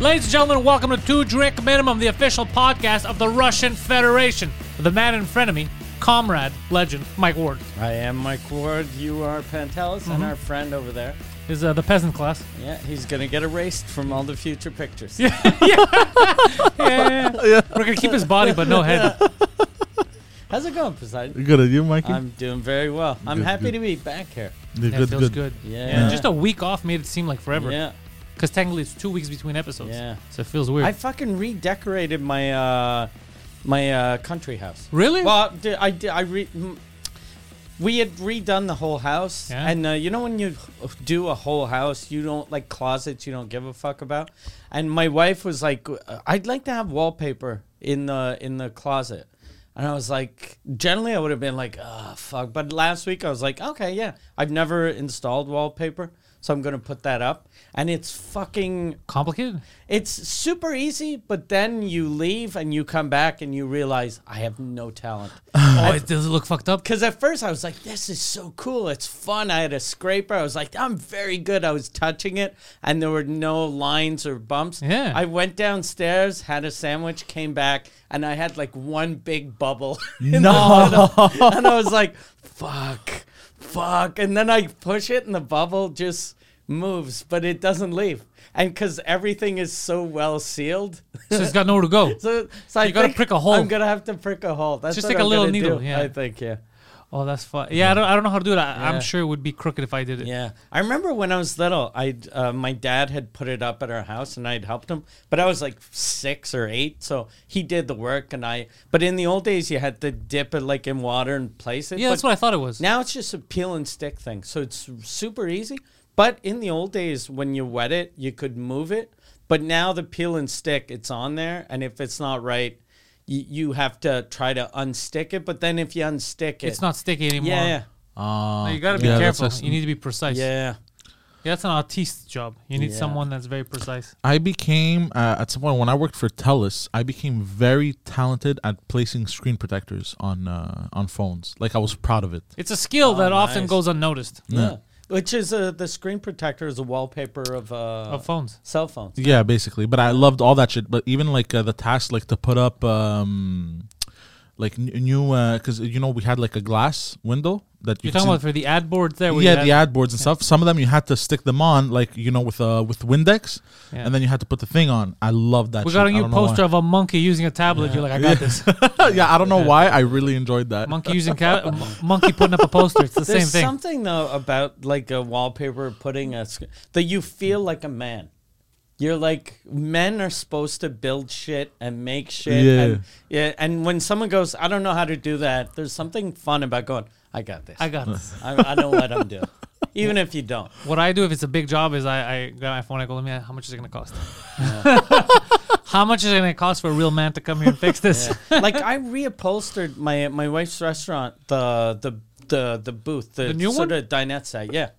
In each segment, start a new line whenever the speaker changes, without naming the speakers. Ladies and gentlemen, welcome to Two Drink Minimum, the official podcast of the Russian Federation. The man in front of me, comrade, legend, Mike Ward,
I am Mike Ward. You are Pantelis,
Mm-hmm.
and our friend over there.
is uh, the peasant class.
Yeah, he's gonna get erased from all the future pictures.
Yeah, We're going to keep his body, but no head.
How's it going, Poseidon?
Good at you, Mikey.
I'm doing very well. I'm
Good,
happy
good.
to be back here.
You're
That
good,
feels
good.
good.
Yeah.
Just a week off made it seem like forever.
Yeah,
Because technically it's two weeks between episodes.
yeah.
So it feels weird.
I fucking redecorated my uh, my uh, country house.
really?
Well, d- I d- I re. m- We had redone the whole house,
Yeah.
and uh, you know when you h- do a whole house, you don't like closets you don't give a fuck about. And my wife was like, uh, "I'd like to have wallpaper in the in the closet," and I was like, "Generally, I would have been like, oh fuck," but last week I was like, "Okay, yeah, I've never installed wallpaper, so I'm gonna put that up." And it's fucking
Complicated?
it's super easy, but then you leave and you come back and you realize I have no talent.
Oh, it does it look fucked up?
Because at first I was like, this is so cool. It's fun. I had a scraper. I was like, I'm very good. I was touching it and there were no lines or bumps.
Yeah.
I went downstairs, had a sandwich, came back, and I had like one big bubble. in
No.
The middle. and I was like, fuck, fuck. And then I push it and the bubble just moves, but it doesn't leave. And because everything is so well sealed,
So it's got nowhere to go.
so, so I
You gotta
think
prick a hole.
I'm gonna have to prick a hole. That's
Just
what
like a
I'm
little
gonna
needle,
do,
yeah.
I think. Yeah.
Oh, that's fun. Yeah, I don't, I don't know how to do it. I,
Yeah.
I'm sure it would be crooked if I did it.
Yeah, I remember when I was little, I uh, my dad had put it up at our house, and I'd helped him. But I was like six or eight, so he did the work, and I. But in the old days, you had to dip it like in water and place it.
Yeah, that's
but
what I thought it was.
Now it's just a peel and stick thing, so it's super easy. But in the old days, when you wet it, you could move it. But now the peel and stick, it's on there, and if it's not right, you, you have to try to unstick it. But then if you unstick it,
it's not sticky anymore.
Yeah, yeah,
Uh,
No, you gotta be
yeah, that's
careful.
just-
You need to be precise. Yeah,
yeah.
that's an autiste job. You need
Yeah.
someone that's very precise.
I became uh, at some point when I worked for Telus. I became very talented at placing screen protectors on uh, on phones. Like I was proud of it.
It's a skill
Oh,
that often
nice.
goes unnoticed
Yeah. Which is uh, the screen protector is a wallpaper of, uh,
of phones.
cell phones.
Yeah, basically. But I loved all that shit. But even like uh, the task, like to put up, um, like n- new, because you know we had like a glass window that you
You're
could
talking
see-
about for the ad boards there. where you
yeah,
had-
the ad boards and stuff. Some of them you had to stick them on, like you know, with uh with Windex,
Yeah.
and then you had to put the thing on. I love that.
We
shit.
got a
I
new
don't know why.
poster of a monkey using a tablet. You're like, I got this.
yeah, I don't know why. I really enjoyed that.
monkey using cat, monkey putting up a poster. It's the
There's
same thing.
something though about like a wallpaper putting a sc- that you feel like a man. You're like men are supposed to build shit and make shit.
Yeah.
And, yeah. And when someone goes, I don't know how to do that. There's something fun about going. I got this.
I got this.
I, I don't let them do. it. Even if you don't.
What I do if it's a big job is I, I grab my phone. I go, let me. How much is it gonna cost? how much is it gonna cost for a real man to come here and fix this?
like I reupholstered my my wife's restaurant, the the the the booth, the,
The new
sort
one?
of dinette set, yeah.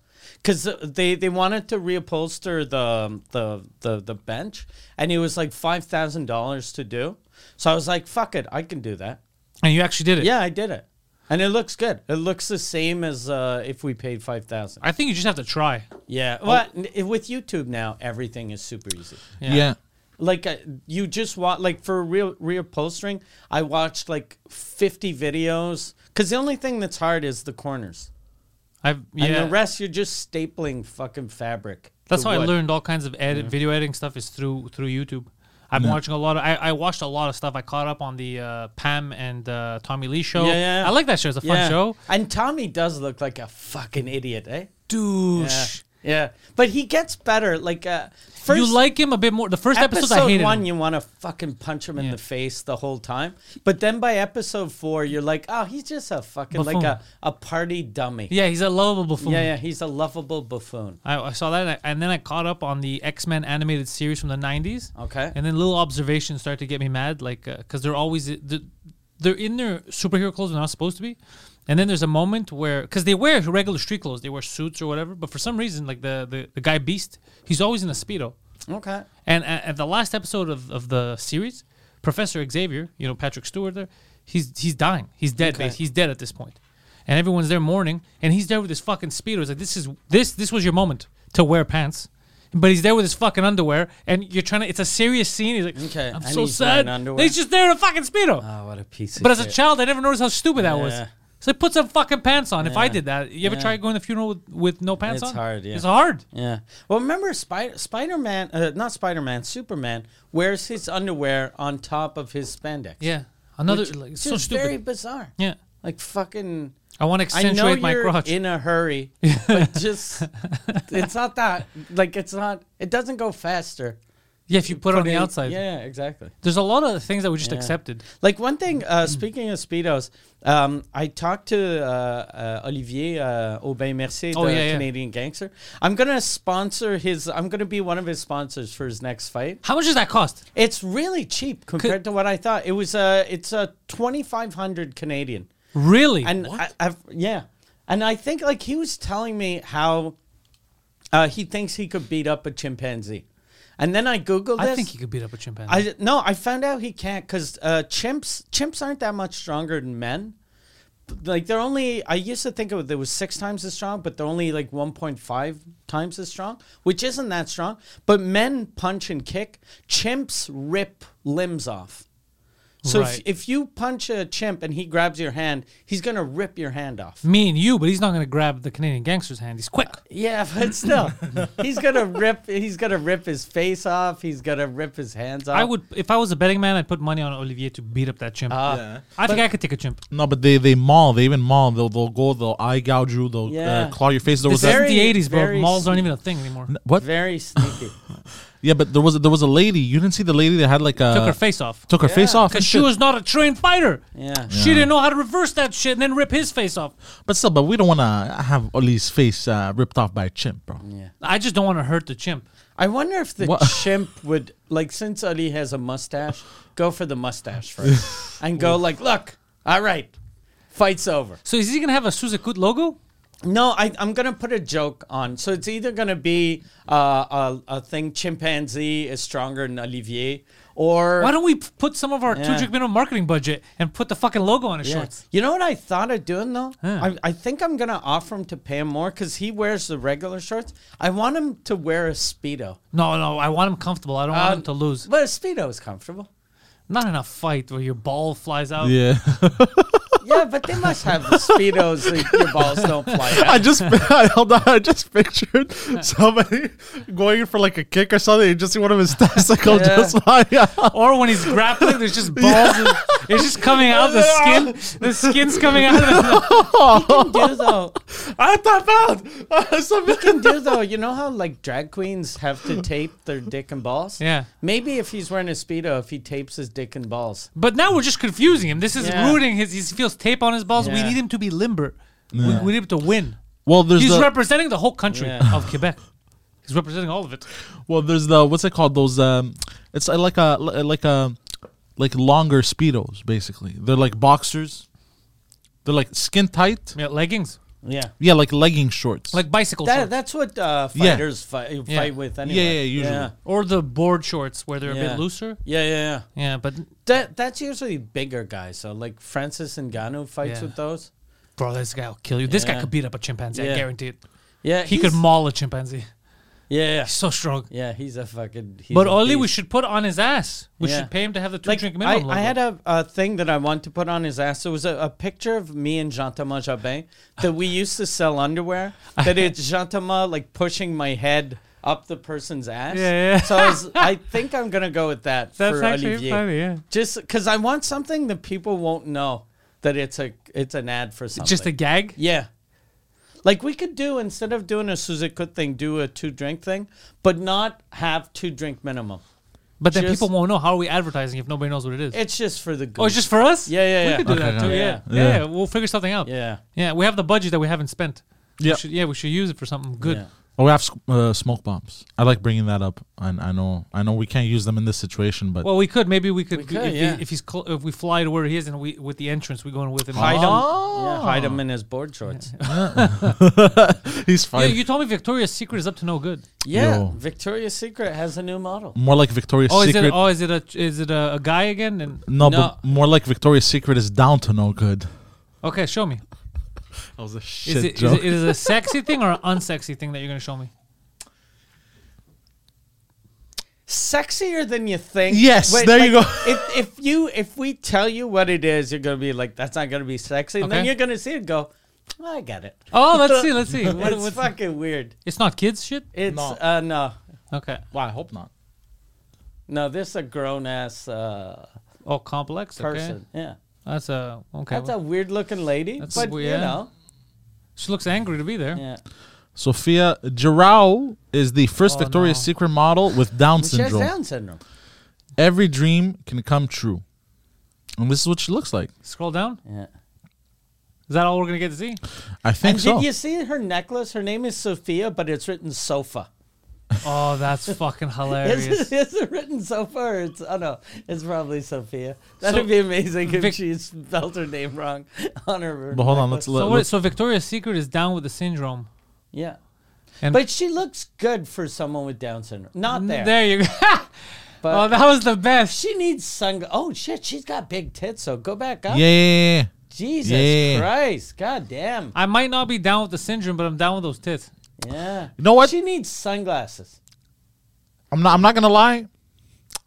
Because they, they wanted to reupholster the the the the bench, and it was like five thousand dollars to do. So I was like, "Fuck it, I can do that."
And you actually did it.
Yeah, I did it, and it looks good. It looks the same as uh, if we paid five thousand.
I think you just have to try.
Yeah, well, n- with YouTube now, everything is super easy
yeah.
like uh, you just watch like for real reupholstering i watched like 50 videos because the only thing that's hard is the corners
I've yeah.
and the rest you're just stapling fucking fabric
That's
to
how I
wood.
learned all kinds of edit, video editing stuff is through through YouTube. I've been watching a lot of. I, I watched a lot of stuff. I caught up on the uh, Pam and uh, Tommy Lee show.
Yeah, yeah, yeah.
I like that show. It's a fun
yeah.
show.
and tommy does look like a fucking idiot eh yeah,
Douche.
yeah. but he gets better like uh first
you like him a bit more. The first episode, I hated
one,
him.
you want to fucking punch him in
Yeah.
the face the whole time, but then by episode four, you're like, oh, he's just a fucking like
Buffoon.
a, a party dummy.
yeah, he's a lovable fool.
yeah, yeah, he's a lovable buffoon.
I, I saw that, and, I, and then I caught up on the X Men animated series from the '90s.
Okay.
And then little observations start to get me mad, like because they're always they're, they're in their superhero clothes they're not supposed to be. And then there's a moment where because they wear regular street clothes, they wear suits or whatever, but for some reason, like the the, the guy Beast, he's always in a speedo.
Okay.
And at, at the last episode of, of the series, Professor Xavier, you know Patrick Stewart, there, he's he's dying, he's dead,
Okay.
bas- he's dead at this point, and everyone's there mourning, and he's there with his fucking speedo. It's like this is this this was your moment to wear pants, but he's there with his fucking underwear, and you're trying to. It's a serious scene. He's like,
Okay,
I'm
and
so
he's
sad.
wearing underwear.
And He's just there in a fucking speedo.
Oh, what a piece of
but as a
shit.
child, I never noticed how stupid that was.
Yeah.
So he put some fucking pants on. If I
Yeah.
did that, you ever
Yeah.
try going to the funeral with, with no pants
It's
on?
hard, yeah.
It's hard.
Yeah. Well, remember Spider Spider Man, uh, not Spider Man, Superman wears his underwear on top of his spandex.
Yeah. Another
Which
like
is
so
just
stupid.
very bizarre.
yeah.
Like fucking.
I want to
I know
accentuate
you're
my crotch.
in a hurry, but just it's not that. Like it's not. It doesn't go faster.
yeah, if you put it on the
Fucking-
outside.
Yeah, exactly.
There's a lot of things that we just
Yeah.
accepted.
Like one thing,
Mm-hmm.
uh, speaking of speedos, um, I talked to uh, uh, Olivier uh, Aubin Mercier,
Oh,
the
yeah, yeah.
Canadian gangster. I'm gonna sponsor his. I'm gonna be one of his sponsors for his next fight.
How much does that cost?
It's really cheap compared to what I thought. It was uh It's a twenty five hundred Canadian.
Really?
And I, I've, yeah, and I think like he was telling me how uh, he thinks he could beat up a chimpanzee, and then I googled this.
I think you could beat up a chimpanzee.
I no, I found out he can't because uh, chimps chimps aren't that much stronger than men. Like they're only I used to think it was, they was six times as strong, but they're only like one point five times as strong, which isn't that strong. But men punch and kick. Chimps rip limbs off. So
Right.
if, if you punch a chimp and he grabs your hand, he's gonna rip your hand off.
Me and you, but he's not going to grab the Canadian gangster's hand. He's
Uh,
quick.
Yeah, but still, he's gonna rip. He's gonna rip his face off. He's gonna rip his hands off.
I would, if I was a betting man, I'd put money on Olivier to beat up that chimp.
Uh,
Yeah.
I think I could take a chimp.
No, but they they maul. They even maul. They'll they'll go. They'll eye gouge you. They'll
Yeah.
uh, claw your face. There was
This
that,
Very-
isn't the 80s, bro.
very
Malls aren't
sneak-
even a thing anymore.
what?
Very sneaky.
Yeah, but there was a, there was a lady. You didn't see the lady that had like a
Took her face off.
uh, took her face off. and
Because she
shit.
was not a trained fighter.
Yeah.
She didn't know how to reverse that shit and then rip his face off.
But still, but we don't want to have Oli's face uh, ripped off by a chimp, bro.
yeah.
I just don't want to hurt the chimp.
I wonder if the
What-
chimp would like since Ali has a mustache, go for the mustache first and go like, look, all right, fight's over.
So is he going to have a Suzakut logo?
No, I, I'm gonna put a joke on. So it's either gonna be uh, a, a thing chimpanzee is stronger than Olivier, or
Why don't we p- put some of our
Yeah.
two drink minimum marketing budget and put the fucking logo on his
Yeah.
shorts?
You know what I thought of doing though?
Huh.
I, I think I'm gonna offer him to pay him more because he wears the regular shorts. I want him to wear a speedo.
No, no, I want him comfortable. I don't want
Um,
him to lose.
But a speedo is comfortable.
Not in a fight where your ball flies out.
Yeah,
Yeah, but they must have the speedos that your balls don't fly out.
I just I, held on, I just pictured somebody going in for like a kick or something. You just see one of his testicles
Yeah.
just fly out.
Or when he's grappling, there's just balls. and- it's just coming out of the skin. The skin's coming out of the
can do though.
I top out. Uh, somebody-
Can do though. You know how like drag queens have to tape their dick and balls.
Yeah.
Maybe if he's wearing a speedo, if he tapes his dick and balls.
But now we're just confusing him. This is
Yeah.
ruining his. He feels tape on his balls. We
Yeah.
need him to be limber. We- We, need him to win.
well, there's
He's
the
representing the whole country
Yeah.
of Quebec. He's representing all of it.
well, there's the what's it called? Those um, it's uh, like a like a like longer speedos. Basically, they're like boxers. They're like skin tight.
Yeah, leggings,
Yeah.
Yeah, like legging shorts.
like bicycle
That,
shorts,
that's what uh,
Yeah.
fighters fi- fight,
Yeah.
with
yeah,
anyway.
yeah, usually.
Yeah.
or the board shorts where they're a
Yeah.
bit looser.
Yeah, yeah, yeah.
Yeah, but
That that's usually bigger guys. So like Francis Ngannou fights
Yeah.
with those.
bro, this guy will kill you. This guy
Yeah.
could beat up a chimpanzee. I
Yeah.
guarantee it.
Yeah,
He could
he's-
maul a chimpanzee.
Yeah, yeah,
He's so strong.
yeah. He's a fucking. He's
But
a
Oli, we
beast.
should put on his ass. We
Yeah.
should pay him to have the two
like
drink
I,
minimum.
I
logo.
had a, a thing that I want to put on his ass. There was a, a picture of me and Jean Thomas Jabin that we used to sell underwear. That it's Jean Thomas like pushing my head up the person's ass.
Yeah, yeah.
So I, was, I think I'm gonna go with that
That's
for
actually
Olivier.
funny, yeah.
Just because I want something that people won't know that it's a it's an ad for something.
just a gag.
yeah. Like we could do instead of doing a Suzukut thing, do a two drink thing, but not have two drink minimum.
But then
Just-
people won't know. How are we advertising if nobody knows what it is?
It's just for the good.
oh, it's just for us.
Yeah, yeah,
We
yeah.
could do
Okay,
that too.
okay.
Yeah. Yeah.
Yeah.
we'll figure something out.
yeah.
yeah. We have the budget that we haven't spent. We
Yeah.
should- yeah, we should use it for something good.
Yeah.
Oh, we have sc- uh, smoke bombs. I like bringing that up, and I know, I know, we can't use them in this situation, but
Well, we could. Maybe we could.
We could,
if, he-
yeah.
if he's cl- if we fly to where he is and we with the entrance, we go in with him.
Hide him.
Oh.
Yeah, hide him in his board shorts.
he's
Yeah,
fine.
you told me Victoria's Secret is up to no good.
Yeah,
Yo.
Victoria's Secret has a new model.
more like Victoria's
Oh, is
Secret.
it? Oh, is it a is it a, a guy again? And
no,
No.
but more like Victoria's Secret is down to no good.
okay, show me.
That was a shit
Is it, is it, is it a sexy thing or an unsexy thing that you're gonna show me?
sexier than you think.
Yes, there you
like,
go.
if if you if we tell you what it is, you're gonna be like, that's not gonna be sexy, and then
Okay.
you're gonna see it and go, I get it.
Oh, let's see, let's see. What,
it's
what's,
fucking weird.
it's not kids shit.
It's
No.
uh no.
Okay.
Well, I hope not.
No, this is a grown ass uh,
Oh, complex. Okay.
person. Yeah.
That's a okay.
That's a weird looking lady.
That's
but
weird.
you know.
she looks angry to be there.
Yeah.
Sophia Girao is the first
Oh,
Victoria's
no.
Secret model with Down
She has
syndrome.
Down syndrome.
Every dream can come true. And this is what she looks like.
Scroll down.
Yeah.
Is that all we're gonna get to see?
I think
And
so.
did you see her necklace? Her name is Sophia, but it's written sofa.
Oh, that's fucking
Is
hilarious.
it, is it written sofa or it's oh no, it's probably Sophia. That'd
So-
be amazing if
Vic-
she spelled her name wrong on her.
but hold on, let's,
so,
let,
what,
let's
so Victoria's Secret is down with the syndrome.
Yeah.
And-
but she looks good for someone with Down syndrome. Not there.
There you go.
but
oh, that was the best.
she needs sun. Oh shit, she's got big tits. So go back up.
Yeah, yeah, yeah.
Jesus
Yeah.
Christ, God damn.
I might not be down with the syndrome, but I'm down with those tits.
Yeah.
You know what?
She needs sunglasses.
I'm not I'm not gonna lie.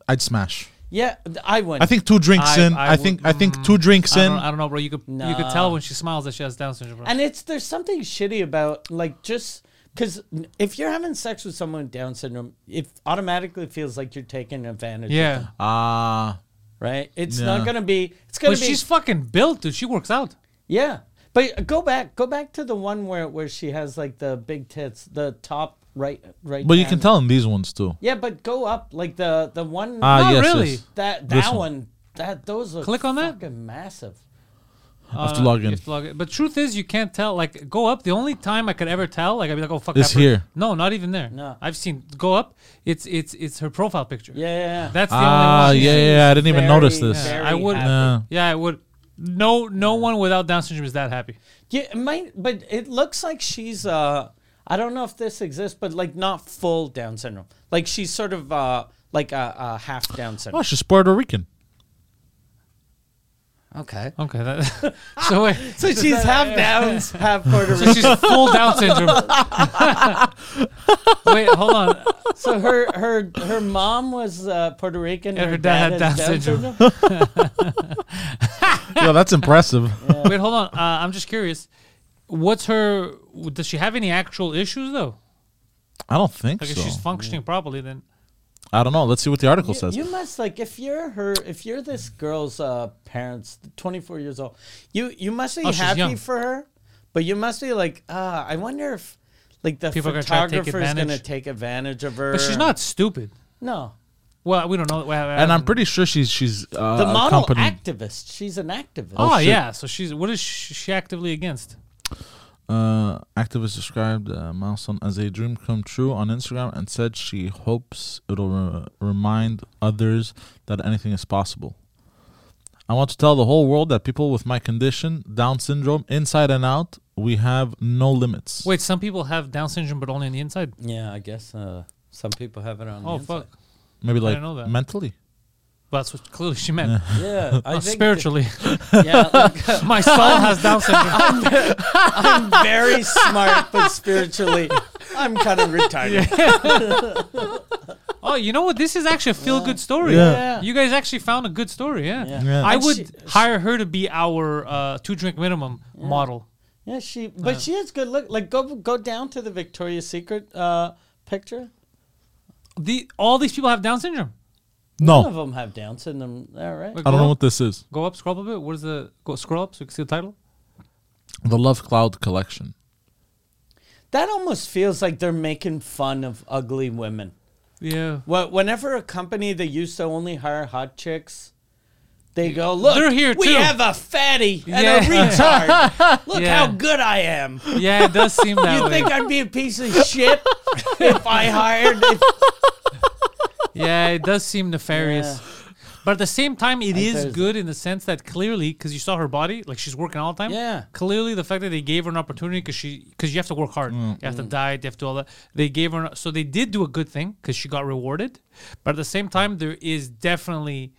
I'd smash.
Yeah, I wouldn't.
I think two drinks
I-
in.
I
I,
would- mm,
think I think two drinks
I
in.
don't, I don't know, bro. You could you could
Nah.
tell when she smiles that she has Down syndrome. Bro.
And it's there's something shitty about like just because if you're having sex with someone with Down syndrome, it automatically feels like you're taking advantage. of
yeah,
them,
Ah,
right. It's
Yeah.
not gonna be. It's gonna
but
be.
she's fucking built, dude. She works out.
yeah, but go back, go back to the one where where she has like the big tits, the top right, right.
but you can
hand.
tell in these ones too.
Yeah, but go up like the the one
Ah,
Not
yes,
really.
yes.
that
this
that one.
one.
that those look
Click on that.
fucking massive.
I
have to log in.
But truth is, you can't tell. Like, go up. The only time I could ever tell, like, I'd be like, oh fuck,
It's
that per-
here.
No, not even there.
No.
I've seen go up. It's it's it's her profile picture.
Yeah, yeah, yeah.
that's the
Ah,
only.
yeah,
one.
yeah, yeah. I didn't even
Very,
notice this.
very
I would-
happy.
Nah.
yeah. I would. No, no one without Down syndrome is that happy.
Yeah, it might, but it looks like she's. Uh, I don't know if this exists, but like not full Down syndrome. Like she's sort of uh, like a, a half Down
Oh,
syndrome.
she's Puerto Rican.
Okay.
Okay, that, so wait,
So she's half Downs, half Puerto
so
Rican.
she's full Down syndrome. wait, hold on.
So her her her mom was uh, Puerto Rican,
Yeah,
her, dad, had Down, syndrome.
Yo, that's impressive.
Wait, hold on. Uh, I'm just curious. What's her? Does she have any actual issues though?
I don't think
Like, if
so.
she's functioning properly, then
I don't know. Let's see what the article
You,
says.
you must like if you're her if you're this girl's uh, parents, 24 years old. You you must be
Oh, she's
happy
young.
for her, but you must be like, ah, I wonder if like the
People are gonna try to take
photographer's gonna,
advantage.
take advantage of her.
but she's not stupid.
No,
Well, we don't know. Well,
and I'm pretty sure she's she's uh,
the model
accompanied.
activist. She's an activist.
Oh,
shit.
yeah. So she's what is she she actively against?
Uh, activist described uh, milestone as a dream come true on Instagram and said she hopes it'll re- remind others that anything is possible. I want to tell the whole world that people with my condition, Down syndrome, inside and out, we have no limits.
Wait, some people have Down syndrome, but only on the inside.
Yeah, I guess uh, some people have it on.
Oh
the
fuck!
maybe like
didn't know that.
mentally.
Well, that's what clearly she meant.
inside. Yeah, I
Oh,
think
spiritually,
Yeah, like, uh,
my son has Down syndrome.
I'm very smart, but spiritually, I'm kind of retarded.
oh, you know what? This is actually a feel-good story.
Yeah.
Yeah.
You guys actually found a good story. Yeah.
Yeah.
Yeah.
I
And
would
she-
hire her to be our uh, two-drink minimum model.
Yeah, she, but she has good look. Like, go go down to the Victoria's Secret uh, picture.
The all these people have Down syndrome.
No,
None of them have Down syndrome. All right.
Like,
I don't
go
know
up-
what this is.
Go up, scroll up a bit. What is the go scroll up so you can see the title?
The Love Cloud collection.
That almost feels like they're making fun of ugly women.
Yeah.
Well, whenever a company that used to only hire hot chicks, they go, look,
They're here
we
too."
have a fatty and
Yeah.
a retard. Look
Yeah.
how good I am.
Yeah, it does seem that
You
way.
think I'd be a piece of shit if I hired? If,
yeah, it does seem nefarious. But at the same time, it is
there's-
good in the sense that clearly, because you saw her body, like she's working all the time.
Yeah.
Clearly, the fact that they gave her an opportunity, because she, because you have to work hard,
Mm,
you have to diet, you have to all that. They gave her, an, so they did do a good thing because she got rewarded. But at the same time, there is definitely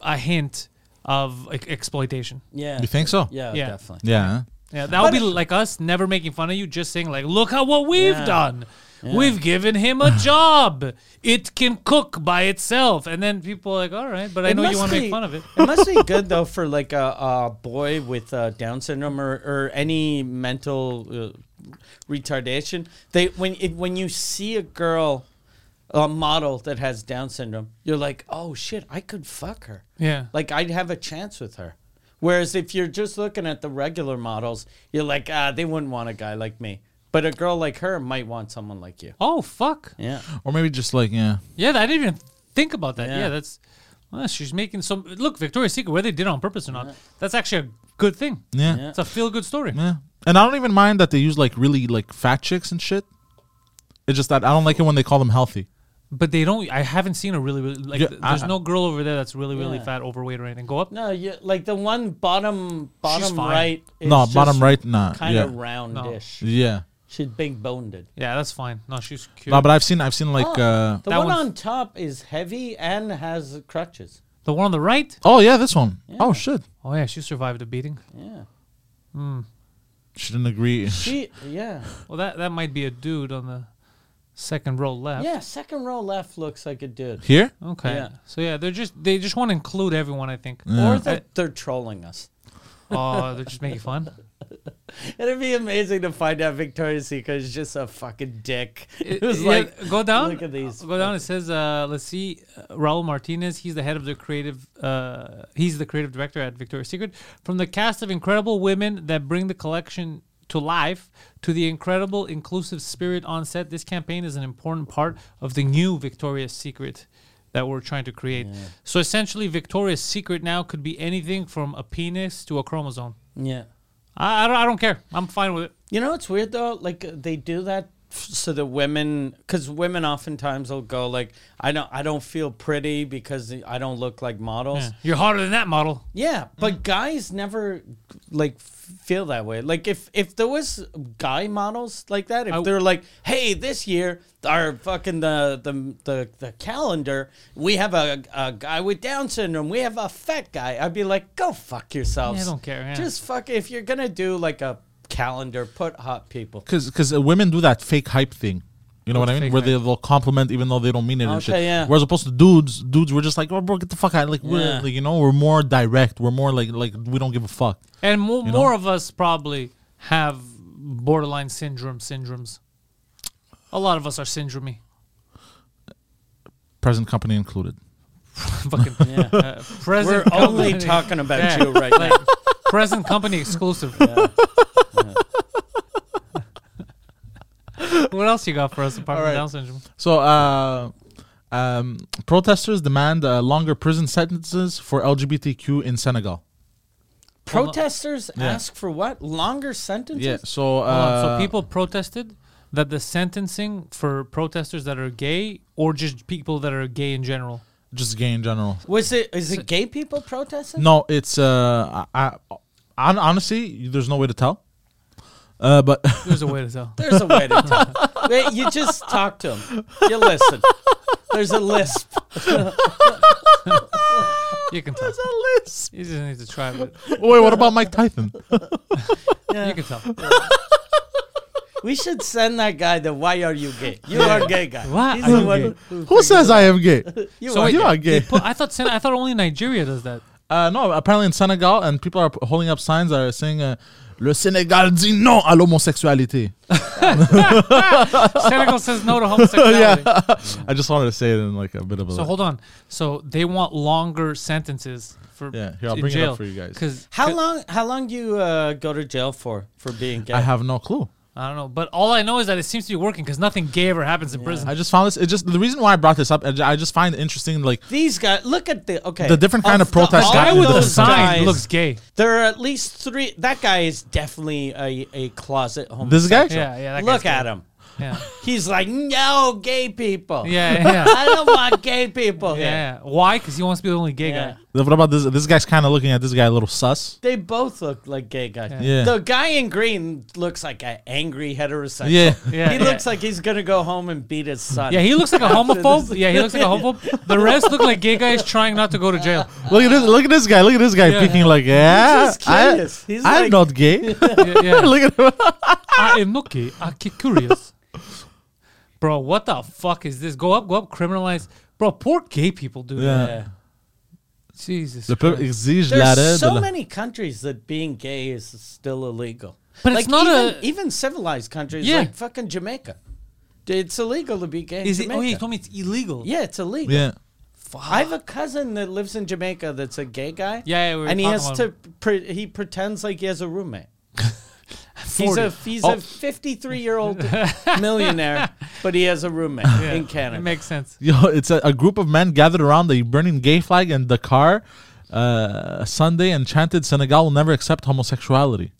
a hint of like, exploitation.
yeah.
You think so?
Yeah,
Yeah.
definitely.
Yeah.
Yeah, that would
But-
be like us never making fun of you, just saying like, look how what we've
Yeah.
done.
Yeah.
We've given him a job. It can cook by itself. And then people are like, all right, but I
It
know you
must
want to make
be-
fun of it.
It must be good though for like a, a boy with uh, Down syndrome or, or any mental uh, retardation. They when it, when you see a girl, a model that has Down syndrome, you're like, oh shit, I could fuck her.
Yeah.
Like I'd have a chance with her. Whereas if you're just looking at the regular models, you're like, ah, they wouldn't want a guy like me. But a girl like her might want someone like you.
Oh, fuck.
Yeah.
Or maybe just like yeah,
Yeah, I didn't even think about that. Yeah,
Yeah.
that's. Well, she's making some. Look, Victoria's Secret, whether they did it on purpose or not, that's actually a good thing.
yeah, yeah.
Yeah.
It's a feel good story.
And I don't even mind that they use like really like fat chicks and shit. It's just that I don't like it when they call them healthy.
But they don't. I haven't seen a really, really like.
Yeah,
th- there's
I-
no girl over there that's really, really
Yeah.
fat, overweight, or anything. Go up.
No, you like the one bottom bottom
fine.
right. Is
no,
just
bottom right, nah,
Kind
yeah,
of roundish.
yeah.
She's big boned.
Yeah, that's fine. No, she's cute.
No, but I've seen I've seen like uh
The
That
one
one's-
on top is heavy and has crutches.
the one on the right.
oh yeah, this one. Oh shit,
Oh yeah, she survived a beating.
Yeah.
she didn't agree.
She yeah.
Well, that that might be a dude on the second row left.
Yeah, second row left looks like a dude.
Here,
Okay.
Yeah.
So yeah, they're just they just want to include everyone. I think.
Or
Or
they're, they're trolling us.
oh, they're just making fun.
It'd be amazing to find out Victoria's Secret is just a fucking dick. It was
Yeah,
like
go down.
look at these
Go down. It says, uh, let's see, uh, Raul Martinez. He's the head of the creative. Uh, he's the creative director at Victoria's Secret. From the cast of incredible women that bring the collection to life, to the incredible inclusive spirit on set, this campaign is an important part of the new Victoria's Secret that we're trying to create. So essentially, Victoria's Secret now could be anything from a penis to a chromosome.
Yeah.
I, I, don't, I don't care. I'm fine with it.
You know what's weird though? Like uh, they do that f- so the women, because women oftentimes will go like, "I don't, I don't feel pretty because I don't look like models."
Yeah. You're harder than that model.
Yeah, but
Mm.
guys never like f- feel that way. Like if if there was guy models like that, if
I-
they're like, "Hey, this year our fucking the the the, the calendar, we have a, a guy with Down syndrome, we have a fat guy," I'd be like, "Go fuck yourselves."
Yeah, I don't care, yeah.
Just fuck. If you're gonna do like a calendar, put hot people.
because because women do that fake hype thing. You know what I mean?
fake
Where they, they'll compliment even though they don't mean it and
Okay,
shit.
yeah.
Whereas opposed to dudes, dudes were just like, "Oh, bro, get the fuck out!" Like we're
Yeah.
like, you know, we're more direct. We're more like like we don't give a fuck.
And more,
You know?
more of us probably have borderline syndrome syndromes. A lot of us are syndromey.
Present company included.
Fucking uh, present.
We're only
company-
talking about
Yeah.
you right now.
Like, present company exclusive. what else you got for us apart
All
from
right.
Down syndrome?
So, uh, um, protesters demand uh, longer prison sentences for LGBTQ in Senegal.
Protesters
Yeah.
ask for what longer sentences.
Yeah. So, uh,
Hold on. So people protested that the sentencing for protesters that are gay or just people that are gay in general.
just gay in general.
Was it is it gay people protesting?
No, it's uh, I, I, hon- honestly, there's no way to tell. Uh, but
There's a way to tell.
There's a way to tell. Wait, you just talk to him. You listen. There's a lisp.
You can tell. You just need to try it.
wait, what about Mike Tyson?
You can tell.
We should send that guy the why are you gay? You are gay guy.
Why
He's
are
the
you
one
gay?
who-
Who says I am gay?
You
So
are
wait,
you
gay.
are gay.
But I thought Sen- I thought only Nigeria does that.
Uh, no, apparently in Senegal, and people are p- holding up signs that are saying, uh, Le Sénégal dit non à l'homosexualité.
Senegal says no to homosexuality.
I just wanted to say it in like a bit of a.
So hold on. So they want longer sentences for
Yeah, here, I'll
in
bring it up
jail.
for you guys.
Cause
How long how long do you uh, go to jail for for being gay?
I have no clue.
I don't know, but all I know is that it seems to be working because nothing gay ever happens in prison.
I just found this. It just the reason why I brought this up. I ju- I just find it interesting. Like
These guys look at the okay.
The different kind of
the-
protest
all
guy
guy
with the
those
sign
guys,
looks gay.
There are at least three that guy is definitely a, a closet homosexual.
this guy,
Yeah, yeah. That
look
guy's
at
gay.
him.
Yeah,
He's like, no gay people.
yeah, yeah. yeah.
I don't want gay people
Yeah,
here.
yeah. Why? Because he wants to be the only gay
Yeah.
guy.
What about this? This guy's kind of looking at this guy a little sus.
They both look like gay guys.
Yeah.
The guy in green looks like an angry heterosexual.
Yeah.
Yeah,
he
yeah.
looks like he's gonna go home and beat his son.
Yeah, he looks like a homophobe. Yeah, he looks like a homophobe. The rest look like gay guys trying not to go to jail.
Look at this! Look at this guy! Look at this guy
Yeah.
peeking like yeah.
He's just curious.
I,
He's
I'm
like-
not gay.
Yeah, yeah.
look at him.
I am not gay. I'm curious. bro, what the fuck is this? Go up, go up, criminalize, bro. Poor gay people, dude.
Yeah.
Yeah.
Jesus.
Le peuple
Christ.
exige l'arrêt
There's
de
so
la-
many countries that being gay is still illegal.
But it's not
even,
a-
even civilized countries
Yeah.
like fucking Jamaica. It's illegal to be gay. in
Is it? Oh yeah, you
Jamaica.
told me it's illegal.
yeah, it's illegal.
Yeah.
Fuck.
I have a cousin that lives in Jamaica that's a gay guy.
Yeah, yeah, we were
and he
talking
has
about
to
him.
pre- he pretends like he has a roommate. He's
40.
a he's
Oh.
a 53 year old millionaire, but he has a roommate in
It
Canada.
makes sense.
Yo, it's a, a group of men gathered around the burning gay flag in Dakar uh, Sunday and chanted, Senegal will never accept homosexuality.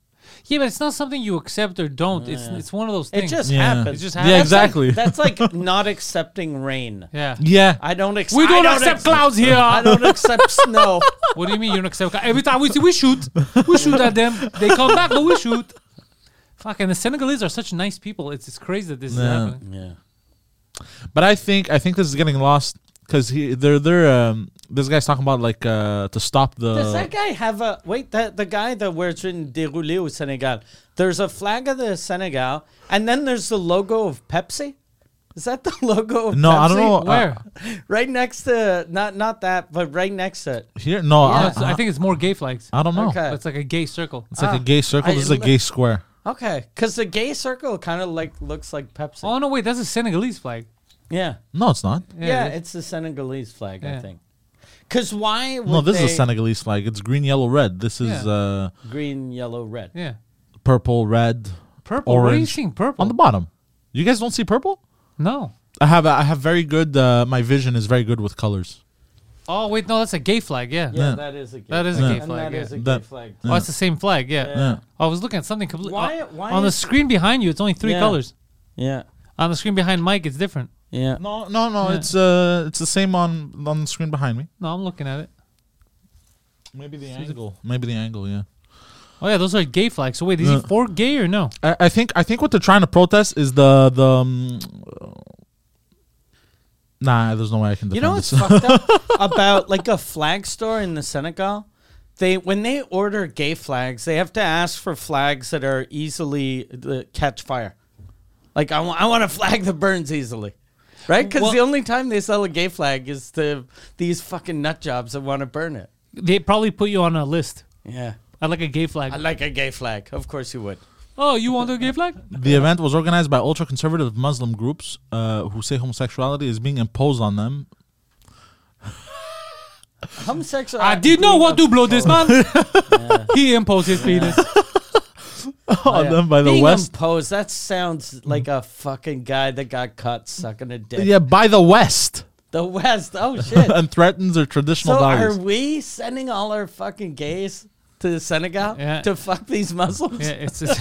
Yeah, but it's not something you accept or don't. It's it's one of those
it
things.
just
Yeah.
happens.
It just
Yeah,
happens.
That's like-
exactly.
That's like not accepting rain.
yeah.
Yeah.
I don't, ex-
We
I
don't, accept
ex-
clouds here.
I don't accept snow.
What do you mean you don't accept? clouds? Every time we see, we shoot. We shoot at them. They come back, but we shoot. Fuck, and the Senegalese are such nice people. It's it's crazy that this is
Yeah.
happening.
Yeah.
But I think I think this is getting lost because he they're they're um, this guy's talking about like uh, to stop the
Does that guy have a wait? That the guy that where it's written Déroulé au Senegal. There's a flag of the Senegal, and then there's the logo of Pepsi. Is that the logo? of
no I don't
Pepsi?
know uh,
Where?
Right next to not not that, but right next to it.
here no
No,
I,
it's- I think it's more gay flags.
I don't know
Okay.
It's like a gay circle.
it's like
Ah,
a gay circle
I-
this is a gay square
Okay, because the gay circle kind of like looks like Pepsi.
Oh no, wait, that's a Senegalese flag.
Yeah,
no it's not
yeah,
Yeah,
it's the Senegalese flag, I
Yeah.
think. Because why? Would
no this
they
is a Senegalese flag it's green yellow red this is
Yeah.
uh,
green, yellow, red.
Yeah.
purple red
Purple. What are you
orange
seeing? Purple.
on the bottom you guys don't see purple
no.
I have I have very good uh, my vision is very good with colors
Oh wait, no, that's a gay flag. Yeah.
Yeah,
Yeah.
that is a gay.
That is a
flag.
gay
And
flag,
that
yeah.
is a gay
That-
flag.
Oh, it's the same flag. Yeah. Oh,
Yeah.
I was looking at something completely.
Why-
uh,
why
on the
is-
screen behind you, it's only three
Yeah.
colors.
Yeah,
On the screen behind Mike, it's different.
yeah.
no no no
Yeah.
it's uh it's the same on on the screen behind me
No, I'm looking at it.
maybe the angle maybe the angle yeah
Oh yeah, those are gay flags. So wait, is
Yeah.
he for gay or no?
I, I think I think what they're trying to protest is the the. Um, nah, there's no way I can. Defend
You know what's
this.
fucked up about like a flag store in the Senegal? They when they order gay flags, they have to ask for flags that are easily that catch fire. Like I want, I want a flag that burns easily. Right? Because
Well-
the only time they sell a gay flag is to these fucking nut jobs that want to burn it.
They probably put you on a list.
Yeah.
I like a gay flag.
I like a gay flag. Of course you would.
oh, you want a gay flag?
The event was organized by ultra conservative Muslim groups uh, who say homosexuality is being imposed on them.
Homosexual.
I did not want to blow this
Oh.
man. He imposed his penis.
on them by the
Oh, Being
West.
imposed, that sounds like a fucking guy that got caught sucking a dick.
yeah, by the West,
The West. Oh shit.
and threatens their traditional
So
values.
are we sending all our fucking gays to Senegal
Yeah.
to fuck these Muslims?
Yeah, it's it's,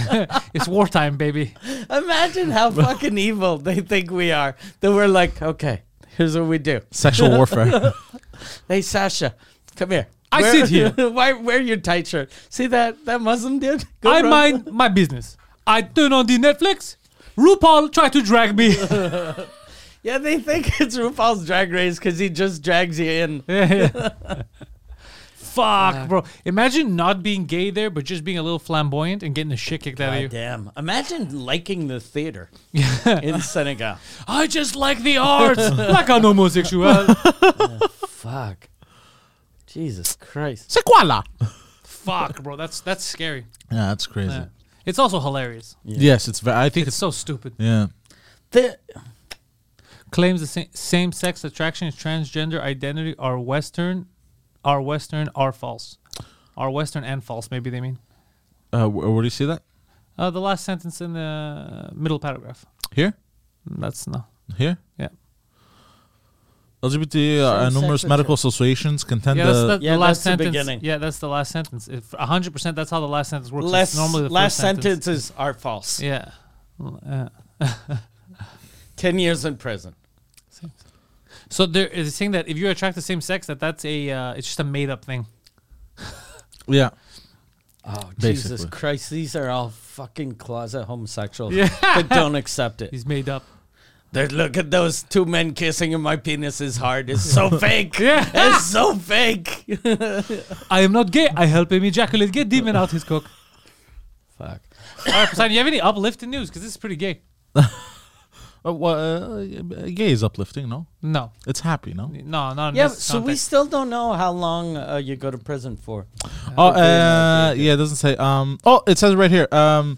it's wartime, baby.
Imagine how fucking evil they think we are. That we're like, okay, here's what we do.
Sexual warfare.
Hey, Sasha, come here.
I
Wear-
sit here.
Why wear your tight shirt? See that that Muslim dude? Go
I
run.
mind my business. I turn on the Netflix. RuPaul tried to drag me.
Yeah, they think it's RuPaul's Drag Race because he just drags you in.
Fuck, bro. Imagine not being gay there, but just being a little flamboyant and getting the shit kicked out of you.
God damn! Imagine liking the theater in Senegal.
I just like the arts, like an homosexual.
Fuck. Jesus Christ.
C'est quoi là?
Fuck, bro. That's that's scary.
Yeah, that's crazy.
Yeah. It's also hilarious.
Yes, it's. Ve- I think
It's
it's.
so stupid.
Yeah.
The,
Claims the sa- same sex attraction and transgender identity are Western, are Western, are false. Are Western and false, maybe they mean.
Uh, wh- where do you see that?
Uh, the last sentence in the middle paragraph.
Here,
That's no.
here.
Yeah.
LGBT uh, and
Same-sex
numerous medical associations contend
yeah, that's
the-
the,
Yeah,
the last
that's the
sentence.
beginning.
yeah, that's the last sentence. If 100%, that's how the last sentence works. It's
last,
normally the first
last sentences are false.
Yeah. L- yeah.
10 years in prison.
So there is a saying that if you're attracted to same sex, that that's a uh, it's just a made up thing.
yeah.
Oh, Jesus
Basically.
Christ. These are all fucking closet homosexuals
Yeah.
that don't accept it.
He's made up.
They look at those two men kissing and my penis is hard. It's so fake.
Yeah.
It's so fake.
I am not gay. I help him ejaculate. Get demon out his cook.
Fuck.
All right, Poseidon, you have any uplifting news? Because this is pretty gay.
Uh, well, uh, gay is uplifting, no?
No,
It's happy, no?
no, not in
Yeah,
this
so we
context.
still don't know how long uh, you go to prison for.
Oh,
Okay, no,
uh,
okay, okay.
yeah, it doesn't say. Um, oh, it says right here. Um,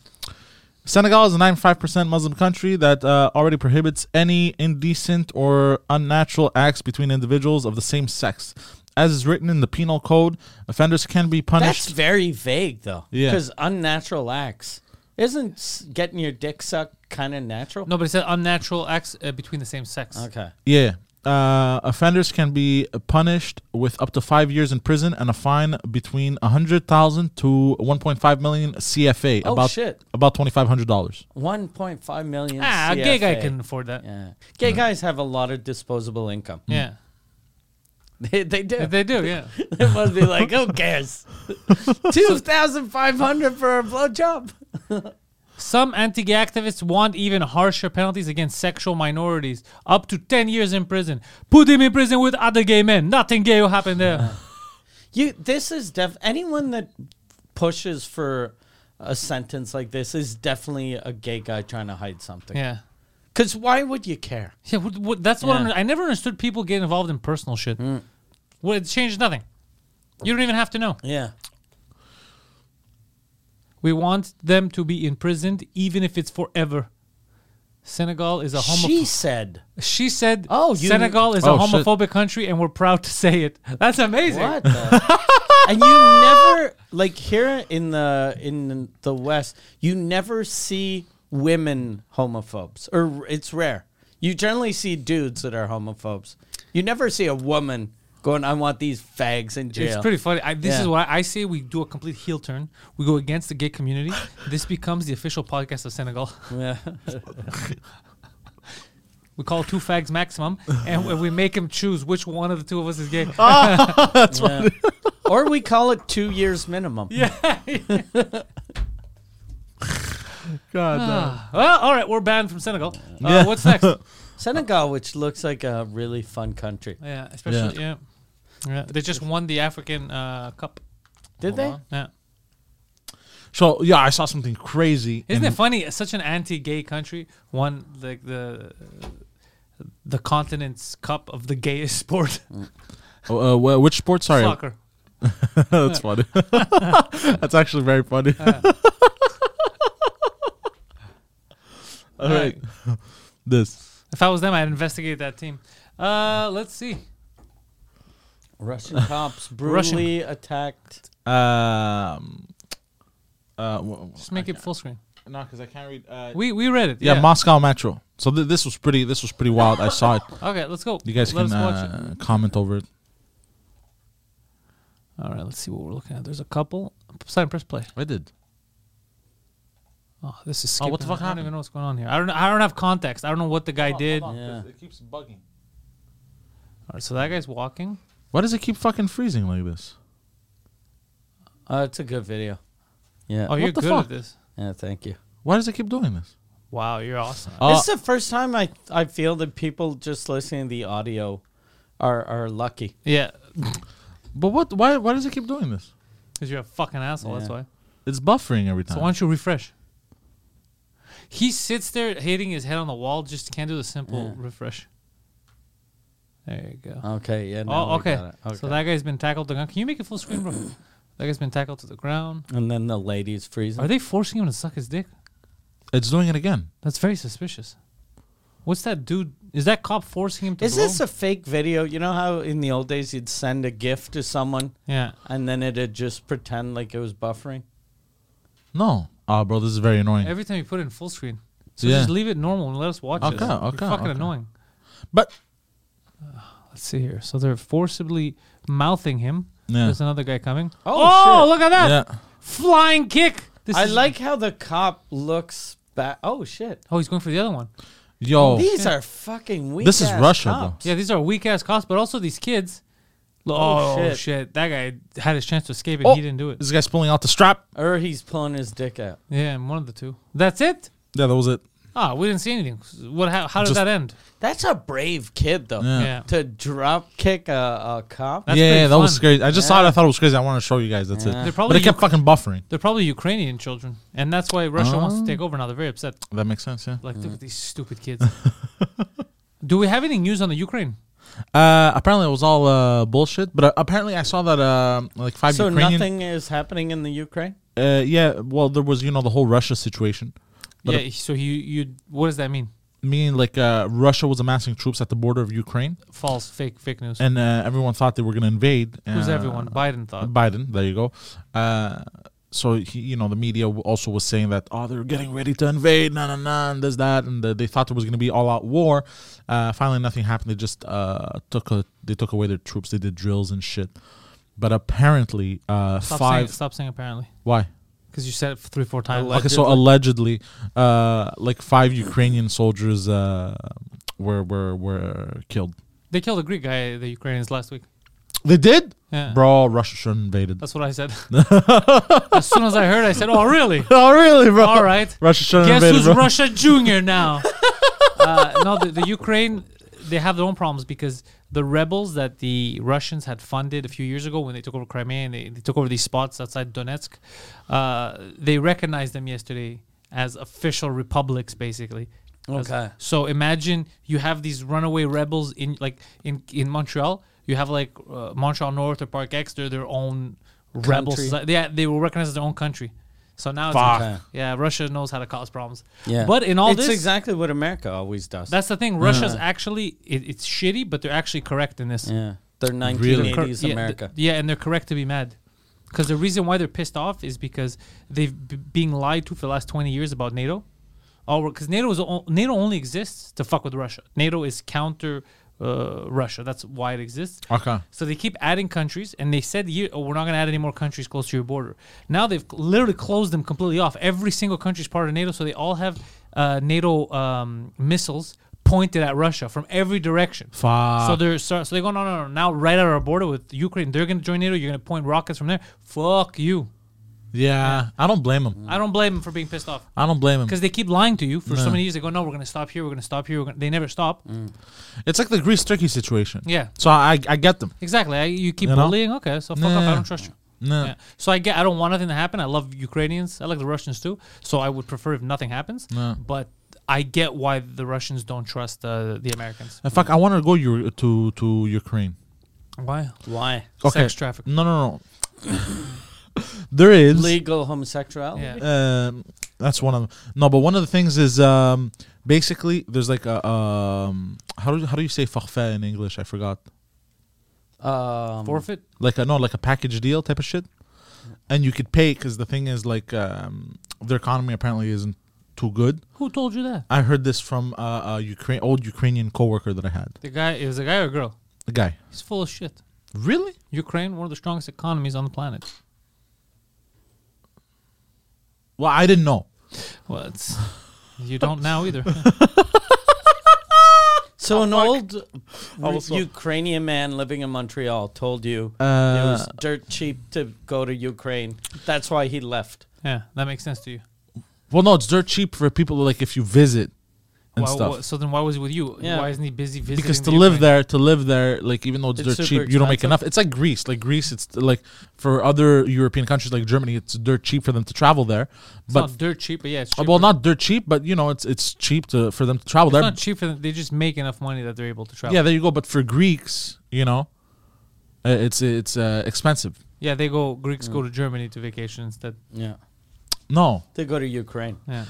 Senegal is a 95% Muslim country that uh, already prohibits any indecent or unnatural acts between individuals of the same sex. As is written in the penal code, offenders can be
That's
punished.
very vague, though.
Yeah.
Because unnatural acts isn't s- getting your dick sucked kind of natural.
No, but it said unnatural acts uh, between the same sex.
Okay.
yeah. Uh, offenders can be punished with up to five years in prison and a fine between 100,000 to 1.5 million CFA.
Oh
about,
shit.
About $2,500.
One point five million.
Ah, a gay guy
CFA.
can afford that. Yeah,
Yeah. Gay guys have a lot of disposable income. They, they do.
they do. Yeah,
They must be like, who cares? Two thousand five hundred for a blowjob.
some anti-gay activists want even harsher penalties against sexual minorities, up to ten years in prison. Put him in prison with other gay men. Nothing gay will happen there.
You. This is def. Anyone that pushes for a sentence like this is definitely a gay guy trying to hide something.
yeah.
Because why would you care?
Yeah, what, what, that's what
Yeah. Mm.
I'm- i never understood. People get involved in personal shit. Well, it changes nothing. You don't even have to know.
Yeah.
We want them to be imprisoned, even if it's forever. Senegal is a homophobic.
She said.
She said,
Oh, you-
Senegal is
Oh,
a
shit.
homophobic country, and we're proud to say it." That's amazing.
What? the- and you never like here in the in the West, you never see women homophobes, or it's rare. You generally see dudes that are homophobes. You never see a woman going, "I want these fags in jail."
It's pretty funny. I, this is
Yeah.
why I say we do a complete heel turn. We go against the gay community. this becomes the official podcast of Senegal.
Yeah.
We call two fags maximum, and we- we make him choose which one of the two of us is gay.
Yeah. or we call it two years minimum. Yeah.
God
well, all right, we're banned from Senegal. Uh,
Yeah.
What's next?
Senegal, which looks like a really fun country.
Yeah, especially yeah. Yeah, they just won the African uh, Cup.
Did they?
Yeah,
So, yeah, I saw something crazy.
isn't
in-
it funny? Such an anti-gay country won like the the continent's cup of the gayest sport,
Uh, wh- which sport? Sorry,
soccer.
that's funny. that's actually very funny. All right, this.
If I was them, I'd investigate that team. Uh, let's see.
Russian cops brutally attacked.
Um. Uh, w-
Just make it full screen.
no, because I can't read. Uh,
We we read it.
yeah, Moscow Metro. So th- this was pretty. This was pretty wild. I saw it.
okay, let's go.
You guys
let's
can uh, comment over it.
it. All right, let's see what we're looking at. There's a couple. Sign, press play.
I did.
Oh, this is.
Oh, what the
skipping.
fuck
I don't
happened?
even know what's going on here. I don't. I don't have context. I don't know what the guy did. All
Yeah. 'cause
It keeps bugging.
right, so that guy's walking.
Why does it keep fucking freezing like this?
Uh, it's a good video. Yeah.
Oh, you're
the
good
fuck?
at this.
Yeah. Thank you.
Why does it keep doing this?
Wow, you're awesome.
Uh,
This is the first time I, I feel that people just listening to the audio are, are lucky.
Yeah,
Uh, But what? Why? Why does it keep doing this?
because you're a fucking asshole. That's
Yeah.
why.
It's buffering every time.
So why don't you refresh? He sits there hitting his head on the wall. Just can't do the simple refresh. There you go.
Okay, yeah. now
oh,
we
okay.
got it. okay.
So that guy's been tackled to the ground. Can you make it full screen, bro? that guy's been tackled to the ground.
and then the ladies freezing.
Are they forcing him to suck his dick?
It's doing it again.
That's very suspicious. What's that dude? Is that cop forcing him to?
Is
blow?
this a fake video? You know how in the old days you'd send a gift to someone
yeah.
and then it'd just pretend like it was buffering?
No. Ah, bro, this is very annoying.
Every time you put it in full screen, so
Yeah.
just leave it normal and let us watch it.
Okay, okay,
You're fucking
okay.
annoying.
but
Let's see here. So they're forcibly mouthing him.
Yeah.
There's another guy coming.
Oh, shit.
look at that
yeah,
flying kick! This
I
is-
like how the cop looks back. Oh, shit.
Oh, he's going for the other one.
yo,
These are fucking weak.
This is
ass
Russia, though.
cops.
Yeah, these are weak ass cops, but also these kids. Oh,
Oh,
shit.
shit.
That guy had his chance to escape and
Oh.
he didn't do it.
this guy's pulling out the strap.
Or he's pulling his dick out.
Yeah, and one of the two. That's it.
Yeah, that was it.
Ah, we didn't see anything. What? How, how did
Just-
that end?
That's a brave kid, though.
Yeah.
Yeah.
To drop kick a, a cop.
That's
yeah,
pretty
yeah, that was
fun.
crazy. I just saw it. I thought it was crazy. I want to show you guys. That's
Yeah.
it.
They're
But
probably
it kept
Uk-
fucking buffering.
they're probably Ukrainian children, and that's why Russia wants to
Oh. Mm.
take over now. They're very upset.
That makes sense. Yeah.
Like, look at these stupid kids. Do we have any news on the Ukraine?
Uh, apparently it was all uh, bullshit. But uh, apparently I saw that um like five
so
Ukrainian.
nothing is happening in the Ukraine.
Uh, yeah. Well, there was you know the whole Russia situation. But
yeah. so you you what does that mean?
Meaning like uh, Russia was amassing troops at the border of Ukraine,
False, fake, fake news.
and uh, everyone thought they were gonna invade.
Who's
uh,
everyone? Biden thought.
Biden. There you go. Uh, so he, you know, the media w- also was saying that oh, they're getting ready to invade, na na na, and this that, and the, they thought it was going to be all out war. Uh, finally, nothing happened. They just uh, took a, they took away their troops. They did drills and shit. But apparently, uh,
Stop
five.
Saying, stop saying apparently,
Why?
because you said it three, four times.
Okay, so allegedly, uh, like five Ukrainian soldiers uh, were were were killed.
they killed a Greek guy, the Ukrainians last week.
They did,
Yeah,
bro. Russia should have invaded.
that's what I said. as soon as I heard, I said, "Oh, really?
Oh really, bro?
All right."
Russia should have
Guess
invaded.
who's
bro.
Russia Junior now? uh, no, the, the Ukraine, they have their own problems because the rebels that the Russians had funded a few years ago when they took over Crimea and they, they took over these spots outside Donetsk, uh, they recognized them yesterday as official republics, basically. As-
Okay.
So imagine you have these runaway rebels in like in in Montreal. You have like uh, Montreal North or Park X. They're their own rebel.
Country.
soci- Yeah, Uh, they were recognized as their own country. So now it's
Fuck.
like, yeah, Russia knows how to cause problems.
Yeah.
But in all
it's
this,
exactly what America always does.
that's the thing. Russia's actually it, it's shitty, but they're actually correct in this.
yeah. They're 1980s
Really?
Cor- yeah,
America.
th- yeah, and they're correct to be mad. Because the reason why they're pissed off is because they've b- being lied to for the last 20 years about NATO. Oh, because NATO is o- NATO only exists to fuck with Russia. NATO is counter uh, Russia. That's why it exists.
Okay.
So they keep adding countries, and they said, "Ye- oh, "We're not going to add any more countries close to your border." Now they've c- literally closed them completely off. Every single country is part of NATO, so they all have uh, NATO um, missiles pointed at Russia from every direction.
Fuck.
So they're so, so they go no no no now right at our border with Ukraine they're gonna join NATO you're gonna point rockets from there fuck you
yeah, I don't blame him.
I don't blame them for being pissed off
I don't blame him.
because they keep lying to you for so
No.
many years they go no we're gonna stop here we're gonna stop here we're gonna, they never stop
Mm. It's like the Greece Turkey situation.
yeah
So I I get them.
exactly I, you keep
You know?
bullying okay so fuck off I
Nah.
don't trust you
No.
yeah. so I get I don't want nothing to happen I love Ukrainians I like the Russians too so I would prefer if nothing happens
No.
but I get why the Russians don't trust uh, the Americans
In fact, I want to go Eur- to to Ukraine.
why
Why?
sex trafficking
No, no, no. there is.
Legal homosexuality.
yeah
Um, that's one of them. No, but one of the things is um, basically there's like a um, how do how do you say forfait in English? I forgot.
Um,
forfeit
Like a no, like a package deal type of shit, and you could pay because the thing is like um, their economy apparently isn't too good.
who told you that
I heard this from uh, a Ukraine old Ukrainian coworker that I had.
the guy is a guy or a girl
The guy.
he's full of shit
Really?
Ukraine, one of the strongest economies on the planet.
Well, I didn't know.
Well, it's, you don't now either.
So an old r-
was-
Ukrainian man living in Montreal told you it
Uh,
was dirt cheap to go to Ukraine. That's why he left.
yeah, that makes sense to you.
well, no, it's dirt cheap for people like if you visit and
Why-
stuff.
why- so then, why was he with you?
Yeah.
Why isn't he busy visiting?
because
the
to live
Ukraine?
there, to live there, like even though it's,
It's
dirt
super
cheap, you don't make
expensive.
enough. It's like Greece. Like Greece, it's like for other European countries like Germany, it's dirt cheap for them to travel there.
it's
but
not dirt cheap, but yeah, it's
uh,
cheap.
well, not dirt cheap, but you know, it's it's cheap to for them to travel
it's
there.
not cheap. For them. They just make enough money that they're able to travel.
yeah, there you go. But for Greeks, you know, uh, it's it's uh, expensive.
yeah. They go Greeks go to Germany to vacation instead.
Yeah.
No.
To go to Ukraine.
Yeah,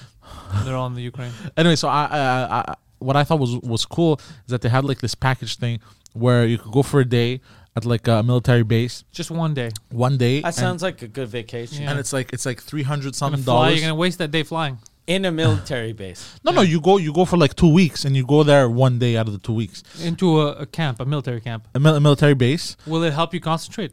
they're all in the Ukraine.
Anyway, so I, I, I what I thought was was cool is that they had like this package thing where you could go for a day at like a military base,
Just one day.
one day.
That
and-
sounds like a good vacation.
Yeah.
and it's like it's like three hundred
You're
something
gonna fly,
dollars.
you're gonna waste that day flying.
In a military base.
No, no, you go you go for like two weeks and you go there one day out of the two weeks.
Into a, a camp, a military camp.
A, mil- a military base,
Will it help you concentrate?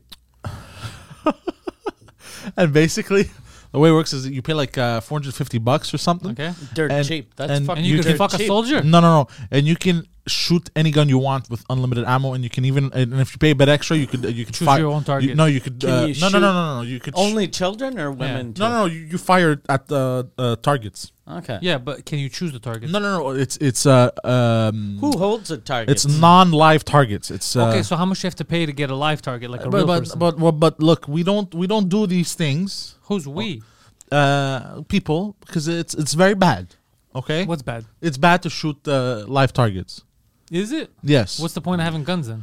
and basically, the way it works is that you pay like uh, four hundred fifty bucks or something.
Okay.
Dirt
And-
cheap. That's
and-
fucking
And you,
Mm. You
can
dirt
fuck a
cheap.
soldier.
No, no, no, and you can shoot any gun you want with unlimited ammo, and you can even and if you pay a bit extra, you could uh, you could
Choose
fire
your own target.
You, no, you could
Can
uh,
you
no, no no
shoot
no no you could sh-
Only children or women?
no no no, you, you fire at the uh, targets.
no. Okay.
Yeah, but can you choose the target?
No no no it's it's uh um
Who holds a target?
it's non-live targets. It's uh,
okay, so how much do you have to pay to get a live target, like a
but
real
but,
person?
but but but look, we don't we don't do these things,
Who's we?
uh, people, because it's it's very bad. Okay,
What's bad?
it's bad to shoot uh, live targets.
Is it?
Yes.
What's the point of having guns then?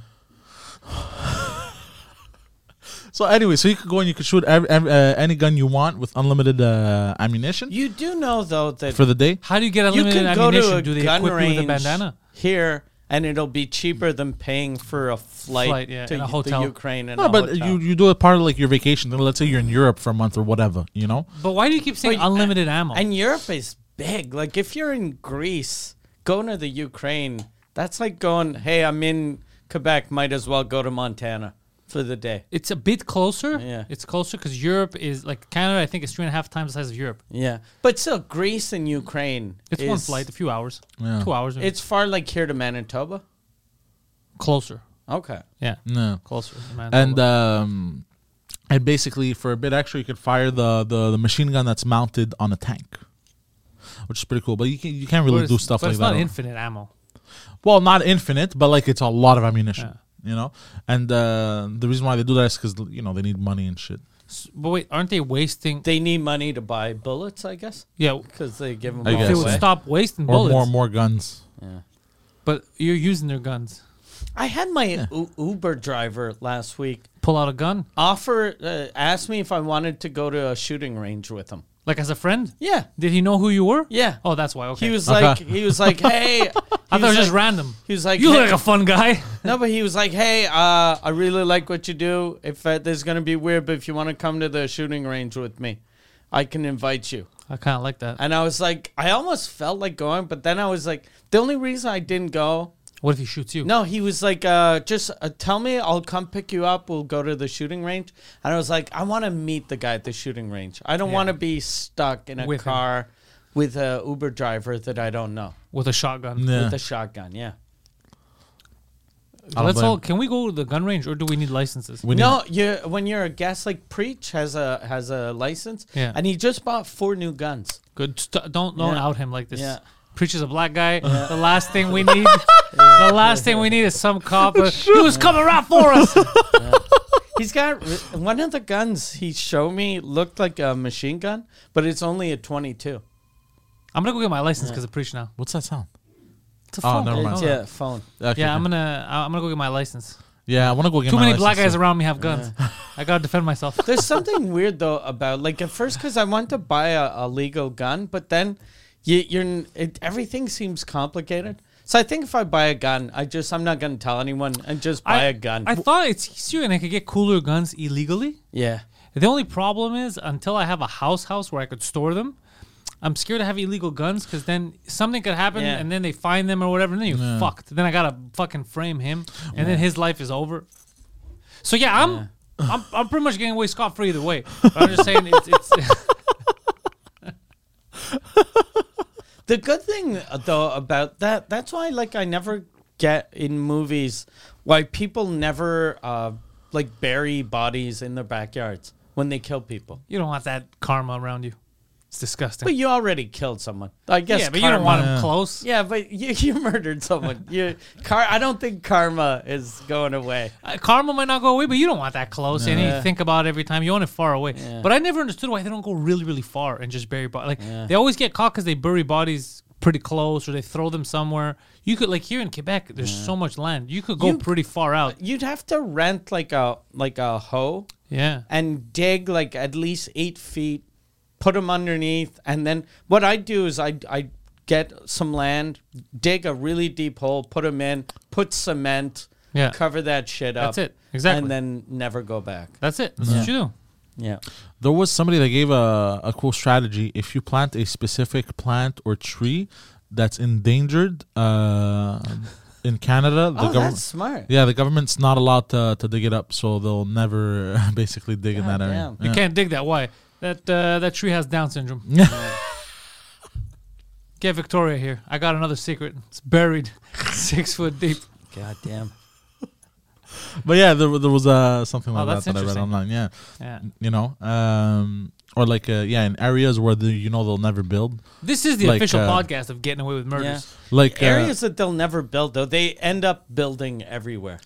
so anyway, so you could go and you could shoot every, every, uh, any gun you want with unlimited uh, ammunition
You do know though that
for the day.
How do you get
you
unlimited
can go
ammunition?
to a
do they
gun
equip you
range
with a bandana?
here, and it'll be cheaper than paying for a flight,
Flight, yeah,
to
and a
U- the
hotel.
Ukraine and
No,
a
but
hotel.
uh,
you you do it part of like your vacation. Let's say you're in Europe for a month or whatever. You know.
But why do you keep saying
But-
unlimited ammo?
and Europe is big. Like if you're in Greece, going to the Ukraine, that's like going. Hey, I'm in Quebec. Might as well go to Montana for the day.
it's a bit closer.
Yeah.
It's closer because Europe is like Canada. I think is three and a half times the size of Europe.
Yeah, but still, Greece and Ukraine.
It's one
is-
flight, a few hours,
Yeah.
two hours. Maybe.
It's far like here to Manitoba.
closer.
Okay.
Yeah,
No.
closer. Man,
And um, and basically for a bit extra, you could fire the, the the machine gun that's mounted on a tank, which is pretty cool. But you can you can't really do stuff
but
like
it's
that.
not
on-
infinite ammo.
Well, not infinite, but like it's a lot of ammunition.
Yeah.
You know, and uh, the reason why they do that is because you know they need money and shit.
S- But wait, aren't they wasting?
They need money to buy bullets, I guess,
yeah,
because they give them
I
all
guess.
they would
away.
stop wasting
Or
bullets.
more, more guns.
Yeah.
But you're using their guns.
I had my U- Uber driver last week
Pull out a gun,
offer uh, asked me if I wanted to go to a shooting range with him.
like as a friend.
Yeah,
Did he know who you were?
yeah.
Oh, that's why. Okay.
He was
Okay.
like, he was like, hey. he
I thought it was just
like-
random.
He was like,
you
hey-
look like a fun guy.
no, but he was like, hey, uh, I really like what you do. If uh, there's gonna be weird, but if you want to come to the shooting range with me, I can invite you.
I kind of like that.
And I was like, I almost felt like going, but then I was like, the only reason I didn't go.
What if he shoots you?
No, he was like, uh, just uh, tell me, I'll come pick you up. We'll go to the shooting range. And I was like, I want to meet the guy at the shooting range. I don't
Yeah.
want to be stuck in a
With him.
car with a Uber driver that I don't know
with a shotgun.
Yeah.
with a shotgun. Yeah.
I don't
Let's
blame
all.
him.
Can we go to the gun range, or do we need licenses?
We
no, you when you're a guest like Preach has a has a license.
Yeah.
And he just bought four new guns.
Good. St- don't don't
Yeah.
out him like this.
Yeah.
Preacher's a black guy. The last thing we need. the last thing we need is some cop uh, who's coming right for us.
He's got one of the guns he showed me looked like a machine gun, but it's only a 22.
I'm gonna go get my license because of preacher now.
What's that sound?
It's a
Oh,
phone.
never mind.
It's
Yeah.
a phone.
Okay.
I'm gonna I'm gonna go get my license.
Yeah, I want to go get
Too
my
many black guys
license,
around me have guns. I gotta defend myself.
There's something weird though about like at first because I want to buy a, a legal gun, but then you, you're n- it, everything seems complicated. So I think if I buy a gun, I just I'm not gonna tell anyone and just buy a gun.
I thought it's easier and I could get cooler guns illegally.
yeah,
The only problem is until I have a house house where I could store them, I'm scared to have illegal guns because then something could happen
Yeah.
and then they find them or whatever, and then you're
Yeah.
fucked. Then I gotta fucking frame him, and then his life is over. So yeah, I'm I'm, I'm pretty much getting away scot free either way. But I'm just saying it's, it's
the good thing uh, though about that that's why like I never get in movies why people never uh, like bury bodies in their backyards when they kill people.
you don't want that karma around you. It's disgusting.
But you already killed someone. I guess.
yeah, but you don't want him
Yeah.
close.
Yeah, but you, you murdered someone. You car. I don't think karma is going away.
Uh, karma might not go away, but you don't want that close. And
Yeah.
you think about it every time. You want it far away.
Yeah.
But I never understood why they don't go really, really far and just bury bodies. Like
Yeah.
they always get caught because they bury bodies pretty close or they throw them somewhere. You could like here in Quebec, there's so much land. You could go
You-
pretty far out.
You'd have to rent like a like a hoe
Yeah.
and dig like at least eight feet, put them underneath, and then what I do is I I get some land, dig a really deep hole, put them in, put cement,
Yeah.
cover that shit up.
That's it. Exactly.
and then never go back.
That's it. That's what you do.
Yeah,
There was somebody that gave a, a cool strategy. If you plant a specific plant or tree that's endangered uh, in Canada, the
oh, that's
government.
smart.
Yeah, the government's not allowed to, to dig it up, so they'll never basically dig in that area.
Goddamn.
You
Yeah.
can't dig that. Why? That uh, that tree has Down syndrome. Get Victoria here. I got another secret. It's buried six foot deep.
God damn.
But yeah, there, wa- there was uh, something
Oh,
like
that's
that that I read
interesting.
online. Yeah,
Yeah.
you know, um, or like uh, yeah, in areas where the, you know they'll never build,
This is the
Like,
official
uh,
podcast of getting away with
Yeah.
murders.
like uh,
Areas that they'll never build, though, they end up building everywhere.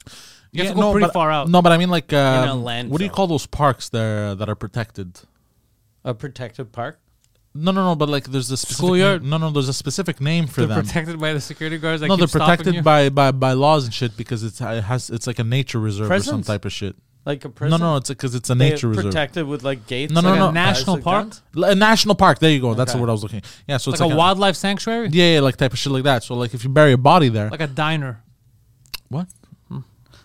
You have
yeah,
to go
no,
pretty
but-
far out.
No, but I mean like
a
um, what do you
landfill.
call those parks there that are protected?
A protected park.
No, no, no. But like, there's a specific
Schoolyard?
No, no, there's a specific name for
they're
them.
protected by the security guards. That
no,
keep
they're
stopping you.
protected by, by by laws and shit because it's it has it's like a nature reserve or some
Prisons?
type of shit.
Like a prison.
No, no, it's because it's a
They
nature reserve.
Protected with like gates.
No, no,
Like
no.
a national park,
L- a national park. There you go. That's
Okay.
the word I was looking. Yeah, so
like,
it's
a wildlife sanctuary,
Yeah, yeah, like type of shit like that. So like, if you bury a body there,
like a diner.
what?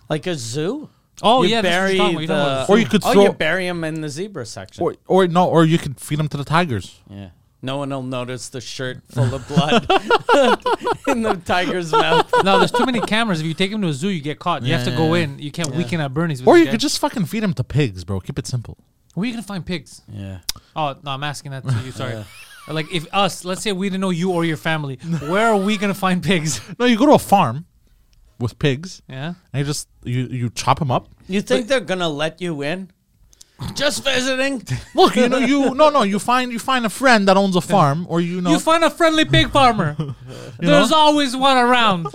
Like a zoo.
Oh
You
yeah, that's what
bury
you're talking about. You're talking about
the-
the zoo.
Or you could
oh,
throw-
you bury them in the zebra section.
Or or no, or you could feed them to the tigers.
yeah. No one will notice the shirt full of blood in the tiger's mouth.
no, there's too many cameras. If you take him to a zoo, you get caught. You have to go
Yeah.
in. You can't weekend at Bernie's. with
Or
this
you
guy.
could just fucking feed them to pigs, bro. Keep it simple.
Where you gonna find pigs?
Yeah.
Oh no, I'm asking that to you. Sorry. Like if us, let's say we didn't know you or your family, where are we gonna find pigs?
No, you go to a farm with pigs
Yeah.
and you just you you chop them up.
You think they're gonna let you in? Just visiting.
Look, you know you no no you find you find a friend that owns a farm or you know
You find a friendly pig farmer. There's always one around.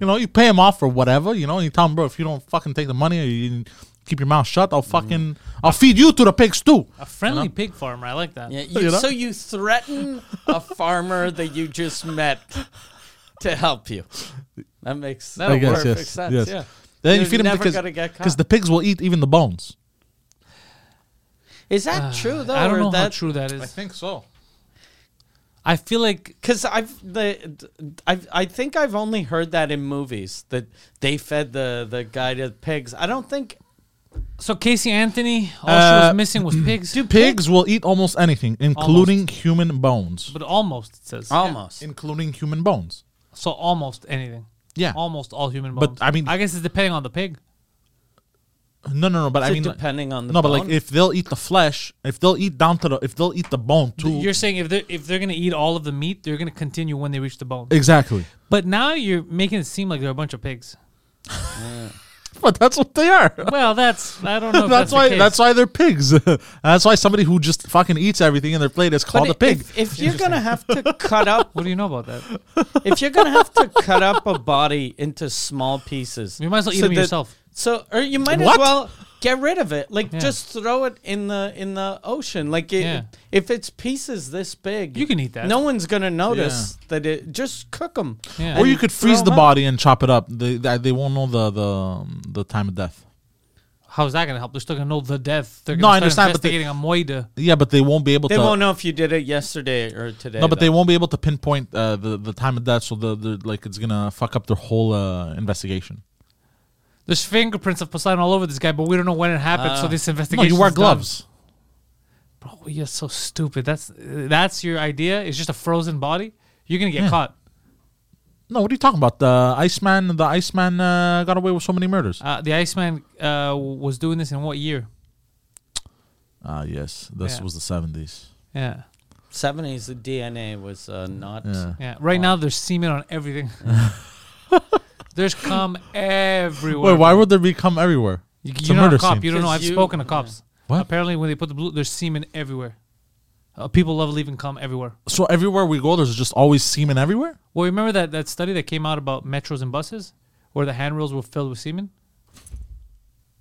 You know, you pay him off or whatever. You know, and you tell him, bro, if you don't fucking take the money, or you keep your mouth shut. I'll
Mm-hmm.
fucking, I'll feed you to the pigs too.
A friendly pig farmer. I like that.
Yeah, you,
You know?
So you threaten a farmer that you just met to help you. That makes
I
that
guess,
perfect
yes,
sense.
yes.
Yeah.
Then you
You're
feed him
never
because
gonna get caught.
'cause the pigs will eat even the bones.
Is that true though?
Ah, I don't
or
know how
that,
true that is.
think so.
I feel like
Because I've the I've, I think I've only heard that in movies that they fed the the guy to pigs. I don't think
so. Casey Anthony, all she
Uh,
was missing was pigs.
Pigs will eat almost anything, including human bones.
but almost it says
almost.
Including human bones.
so almost anything.
Yeah.
Almost all human
But,
bones.
I mean-
I guess it's depending on the pig.
No, no, no. But I
So
mean,
depending on the
no, but like
bone?
if they'll eat the flesh, if they'll eat down to the, if they'll eat the bone too.
You're saying if they're if they're gonna eat all of the meat, they're gonna continue when they reach the bone.
exactly.
But now you're making it seem like they're a bunch of pigs.
But that's what they are.
Well, that's I don't know. if
That's
the
why.
case.
That's why they're pigs. that's why somebody who just fucking eats everything in their plate is
But
called a pig.
If, if you're gonna have to cut up,
What do you know about that?
if you're gonna have to cut up a body into small pieces,
You might as well eat
so
them
that-
yourself.
So, or you might as
What?
well get rid of it. Like,
Yeah.
just throw it in the in the ocean. Like, it,
Yeah.
if it's pieces this big,
You can eat that.
No one's gonna notice that it. Just cook them.
Yeah.
Or
And
you could
throw
freeze the
'em up.
body and chop it up. They they, they won't know the, the the time of death.
How's that gonna help? They're still gonna know the death. They're
No,
gonna
I
start
understand, but they-
investigating a moida.
Yeah, but they won't be able
They
to.
won't know if you did it yesterday or today.
no, but they
though.
won't be able to pinpoint uh, the the time of death. So the, the like it's gonna fuck up their whole uh, investigation.
There's fingerprints of Poseidon all over this guy, but we don't know when it happened. so this
No,
investigation.
you wear
is done.
gloves.
Bro, you're so stupid. That's that's your idea. It's just a frozen body. You're gonna get
Yeah.
caught.
No, what are you talking about? The Iceman, the Iceman uh, got away with so many murders.
Uh, the Iceman uh, was doing this in what year?
Ah, yes, this
Yeah.
was the seventies.
Yeah,
seventies. The DNA was uh, not.
Yeah.
yeah. Right now, there's semen on everything. there's cum everywhere.
Wait, why would there be cum everywhere?
You,
It's
you're
a
not
murder
a cop.
scene.
You don't know.
'Cause
I've
you-
spoken to cops.
What?
Apparently, when they put the blue, there's semen everywhere. Uh, people love leaving cum everywhere.
So everywhere we go, there's just always semen everywhere.
Well, remember that, that study that came out about metros and buses, where the handrails were filled with semen.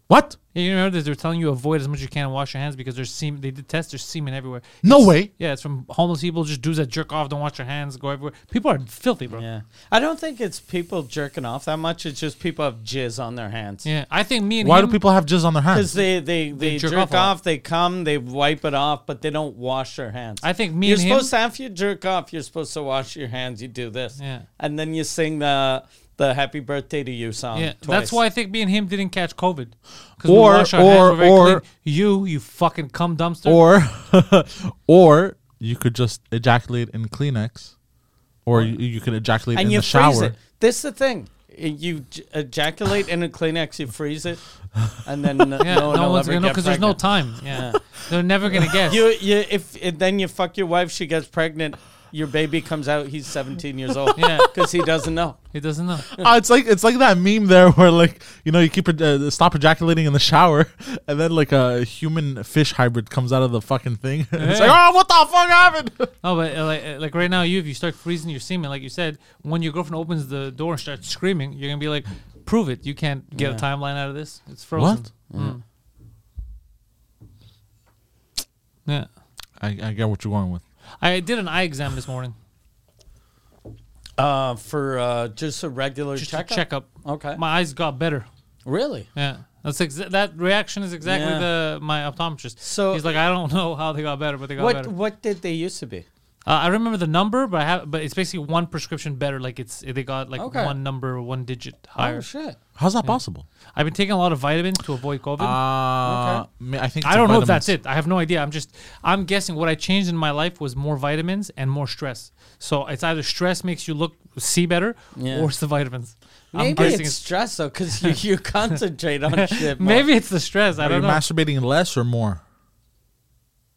What?
Yeah, you remember that they're telling you avoid as much as you can and wash your hands because there's semen. They did tests. There's semen everywhere.
No way.
Yeah, it's from homeless people, just dudes that jerk off, don't wash their hands, go everywhere. People are filthy, bro. Yeah,
Yeah, I don't think it's people jerking off that much. It's just people have jizz on their hands.
I think me and
Why
him,
do people have jizz on their
Because
hands?
they, they, they,
jerk
jerk,
off
off,
a lot.
they come, they wipe it off, but they don't wash their hands.
I think me
you're
and him.
supposed to after you jerk off, you're supposed to wash your hands. You do this,
Yeah.
and then you sing the the Happy Birthday to You song.
yeah,
Um, twice.
that's why I think me and him didn't catch COVID. 'Cause
Or- or-
we're very
or-
clean. you, you fucking cum dumpster.
or or you could just ejaculate in Kleenex, or you, you could ejaculate
And
in
you
the
freeze
shower.
it. This is the thing. You j- ejaculate in a Kleenex, you freeze it, and then uh,
yeah,
no,
no,
one will
one's
ever
gonna know
get
because there's no
pregnant.
time. Yeah, they're never gonna guess.
You, you, if, if then you fuck your wife, she gets pregnant. your baby comes out, he's 17 years old
Yeah,
because he doesn't know.
he doesn't know.
oh, it's like it's like that meme there where like you know you keep uh, stop ejaculating in the shower, and then like a human fish hybrid comes out of the fucking thing. it's like oh, what the fuck happened?
No, but uh, like, uh, like right now, you if you start freezing your semen, like you said, when your girlfriend opens the door and starts screaming, you're gonna be like, "Prove it! You can't get
Yeah.
a timeline out of this. It's frozen."
What?
Mm. Yeah,
I, I get what you're going with.
I did an eye exam this morning.
Uh, for uh, just a regular
Just
checkup.
a checkup.
Okay.
My eyes got better.
Really?
Yeah, that's exa- that reaction is exactly
Yeah.
the my optometrist.
So-
he's like, I don't know how they got better, but they got
What
better. Uh,
What did they used to be?
I remember the number, but I have, but it's basically one prescription better. Like it's they got like
Okay.
one number, one digit higher.
Oh shit!
How's that possible?
I've been taking a lot of vitamins to avoid COVID.
Ah,
Uh, ma- I think
I
it's
don't know if
vitamins.
that's it. I have no idea. I'm just I'm guessing what I changed in my life was more vitamins and more stress. So it's either stress makes you look see better
Yeah.
or it's the vitamins. I'm
Maybe
guessing
it's stress though, because you, you concentrate on shit. more.
maybe it's the stress. I
Are you
don't know.
masturbating less or more?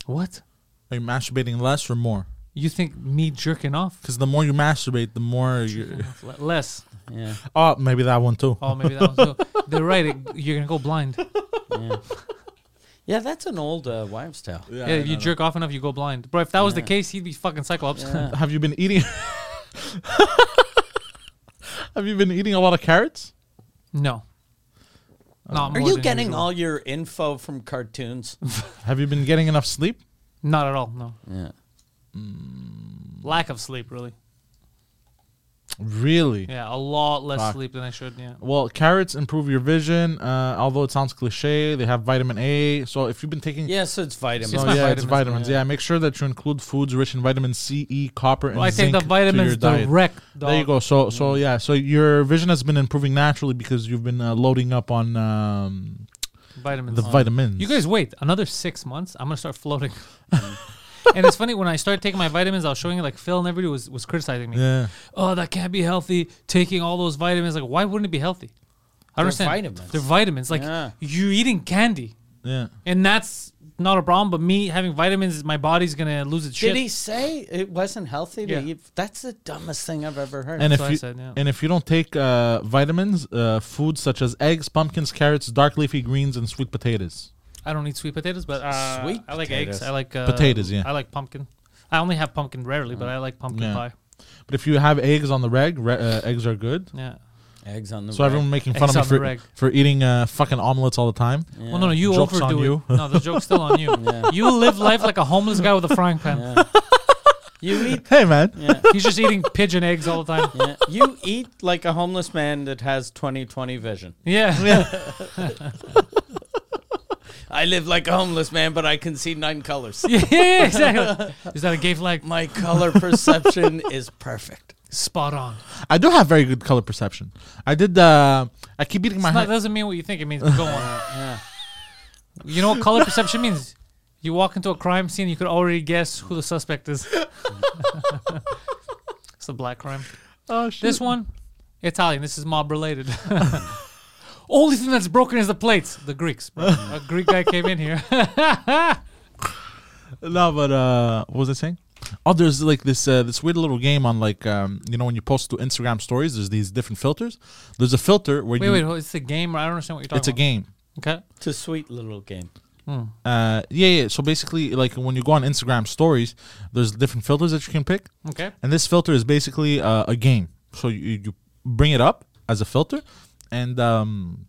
what?
Are you masturbating less or more?
You think me jerking off?
Because the more you masturbate, the more you.
Le- Less.
Yeah.
Oh, maybe that one too.
Oh, maybe that one's too. They're right. It, you're gonna go blind.
Yeah. yeah, that's an old uh, wives' tale.
Yeah, if you jerk off enough, you go blind. Bro, if that was the
Yeah.
case, he'd be fucking cyclops.
Yeah.
Have you been eating? Have you been eating a lot of carrots?
no. Not
Are
more
you
than
getting
usual.
all your info from cartoons?
Have you been getting enough sleep?
Not at all. No.
yeah.
Lack of sleep, really.
Really?
Yeah, a lot less
Fuck.
sleep than I should. Yeah.
Well, carrots improve your vision. Uh, although it sounds cliche, they have vitamin A. So if you've been taking,
Yeah, so it's vitamins.
so
It's
yeah,
my
it's
vitamins,
vitamins. Yeah.
yeah.
make sure that you include foods rich in vitamin C, E, copper, and
Well, I take
zinc
the
to your
vitamins
diet.
direct. Dog. Mm.
There you go. So so yeah. So your vision has been improving naturally because you've been uh, loading up on um,
Vitamins.
the vitamins.
you guys wait another six months. I'm gonna start floating. and it's funny when I started taking my vitamins, I was showing it like Phil and everybody was was criticizing me.
Yeah.
Oh, that can't be healthy. Taking all those vitamins, like why wouldn't it be healthy? I
They're
don't understand.
vitamins.
They're vitamins. Like
Yeah.
you're eating candy,
Yeah.
and that's not a problem. But me having vitamins, is my body's gonna lose its shit.
Did he say it wasn't healthy to
Yeah.
eat? That's the dumbest thing I've ever heard.
And
That's
if
what I
you
said, yeah.
and if you don't take uh, vitamins, uh, foods such as eggs, pumpkins, carrots, dark leafy greens, and sweet potatoes.
I don't eat sweet potatoes, but uh,
Sweet
I like
potatoes.
eggs. I like uh,
Potatoes, yeah.
I like pumpkin. I only have pumpkin rarely, but I like pumpkin
Yeah.
pie.
But if you have eggs on the reg, re- uh, eggs are good.
Yeah.
Eggs on the
So
bread.
everyone making fun
Eggs on the
of me
reg.
for, for eating uh, fucking omelets all the time.
Yeah.
Well, no, no, you
Joke's on
overdo
you.
it. No, the joke's still on you.
Yeah.
You live life like a homeless guy with a frying pan.
Yeah. you eat.
Hey man,
Yeah.
He's just eating pigeon eggs all the time.
Yeah. You eat like a homeless man that has 20/20 vision.
Yeah.
I live like a homeless man, but I can see nine colors.
yeah, yeah, exactly. Is that a gay flag?
My color perception is perfect.
Spot on.
I do have very good color perception. I did. Uh, I keep eating my.
It's not-
hand-
doesn't mean what you think. It means go on. You know what color perception means? You walk into a crime scene, you could already guess who the suspect is. it's a black crime.
oh shit!
This one, Italian. This is mob related. Only thing that's broken is the plates. The Greeks. Bro. A Greek guy came in here.
No, but uh, what was I saying? Oh, there's like this uh, this weird little game on like um, you know when you post to Instagram stories, there's these different filters. There's a filter where
wait,
you
wait. hold- It's a game. I don't understand what you're talking
it's a
about.
game.
Okay.
It's a sweet little game.
Uh, yeah, yeah. So basically, like when you go on Instagram stories, there's different filters that you can pick,
Okay.
and this filter is basically uh, a game. So you, you bring it up as a filter, and um,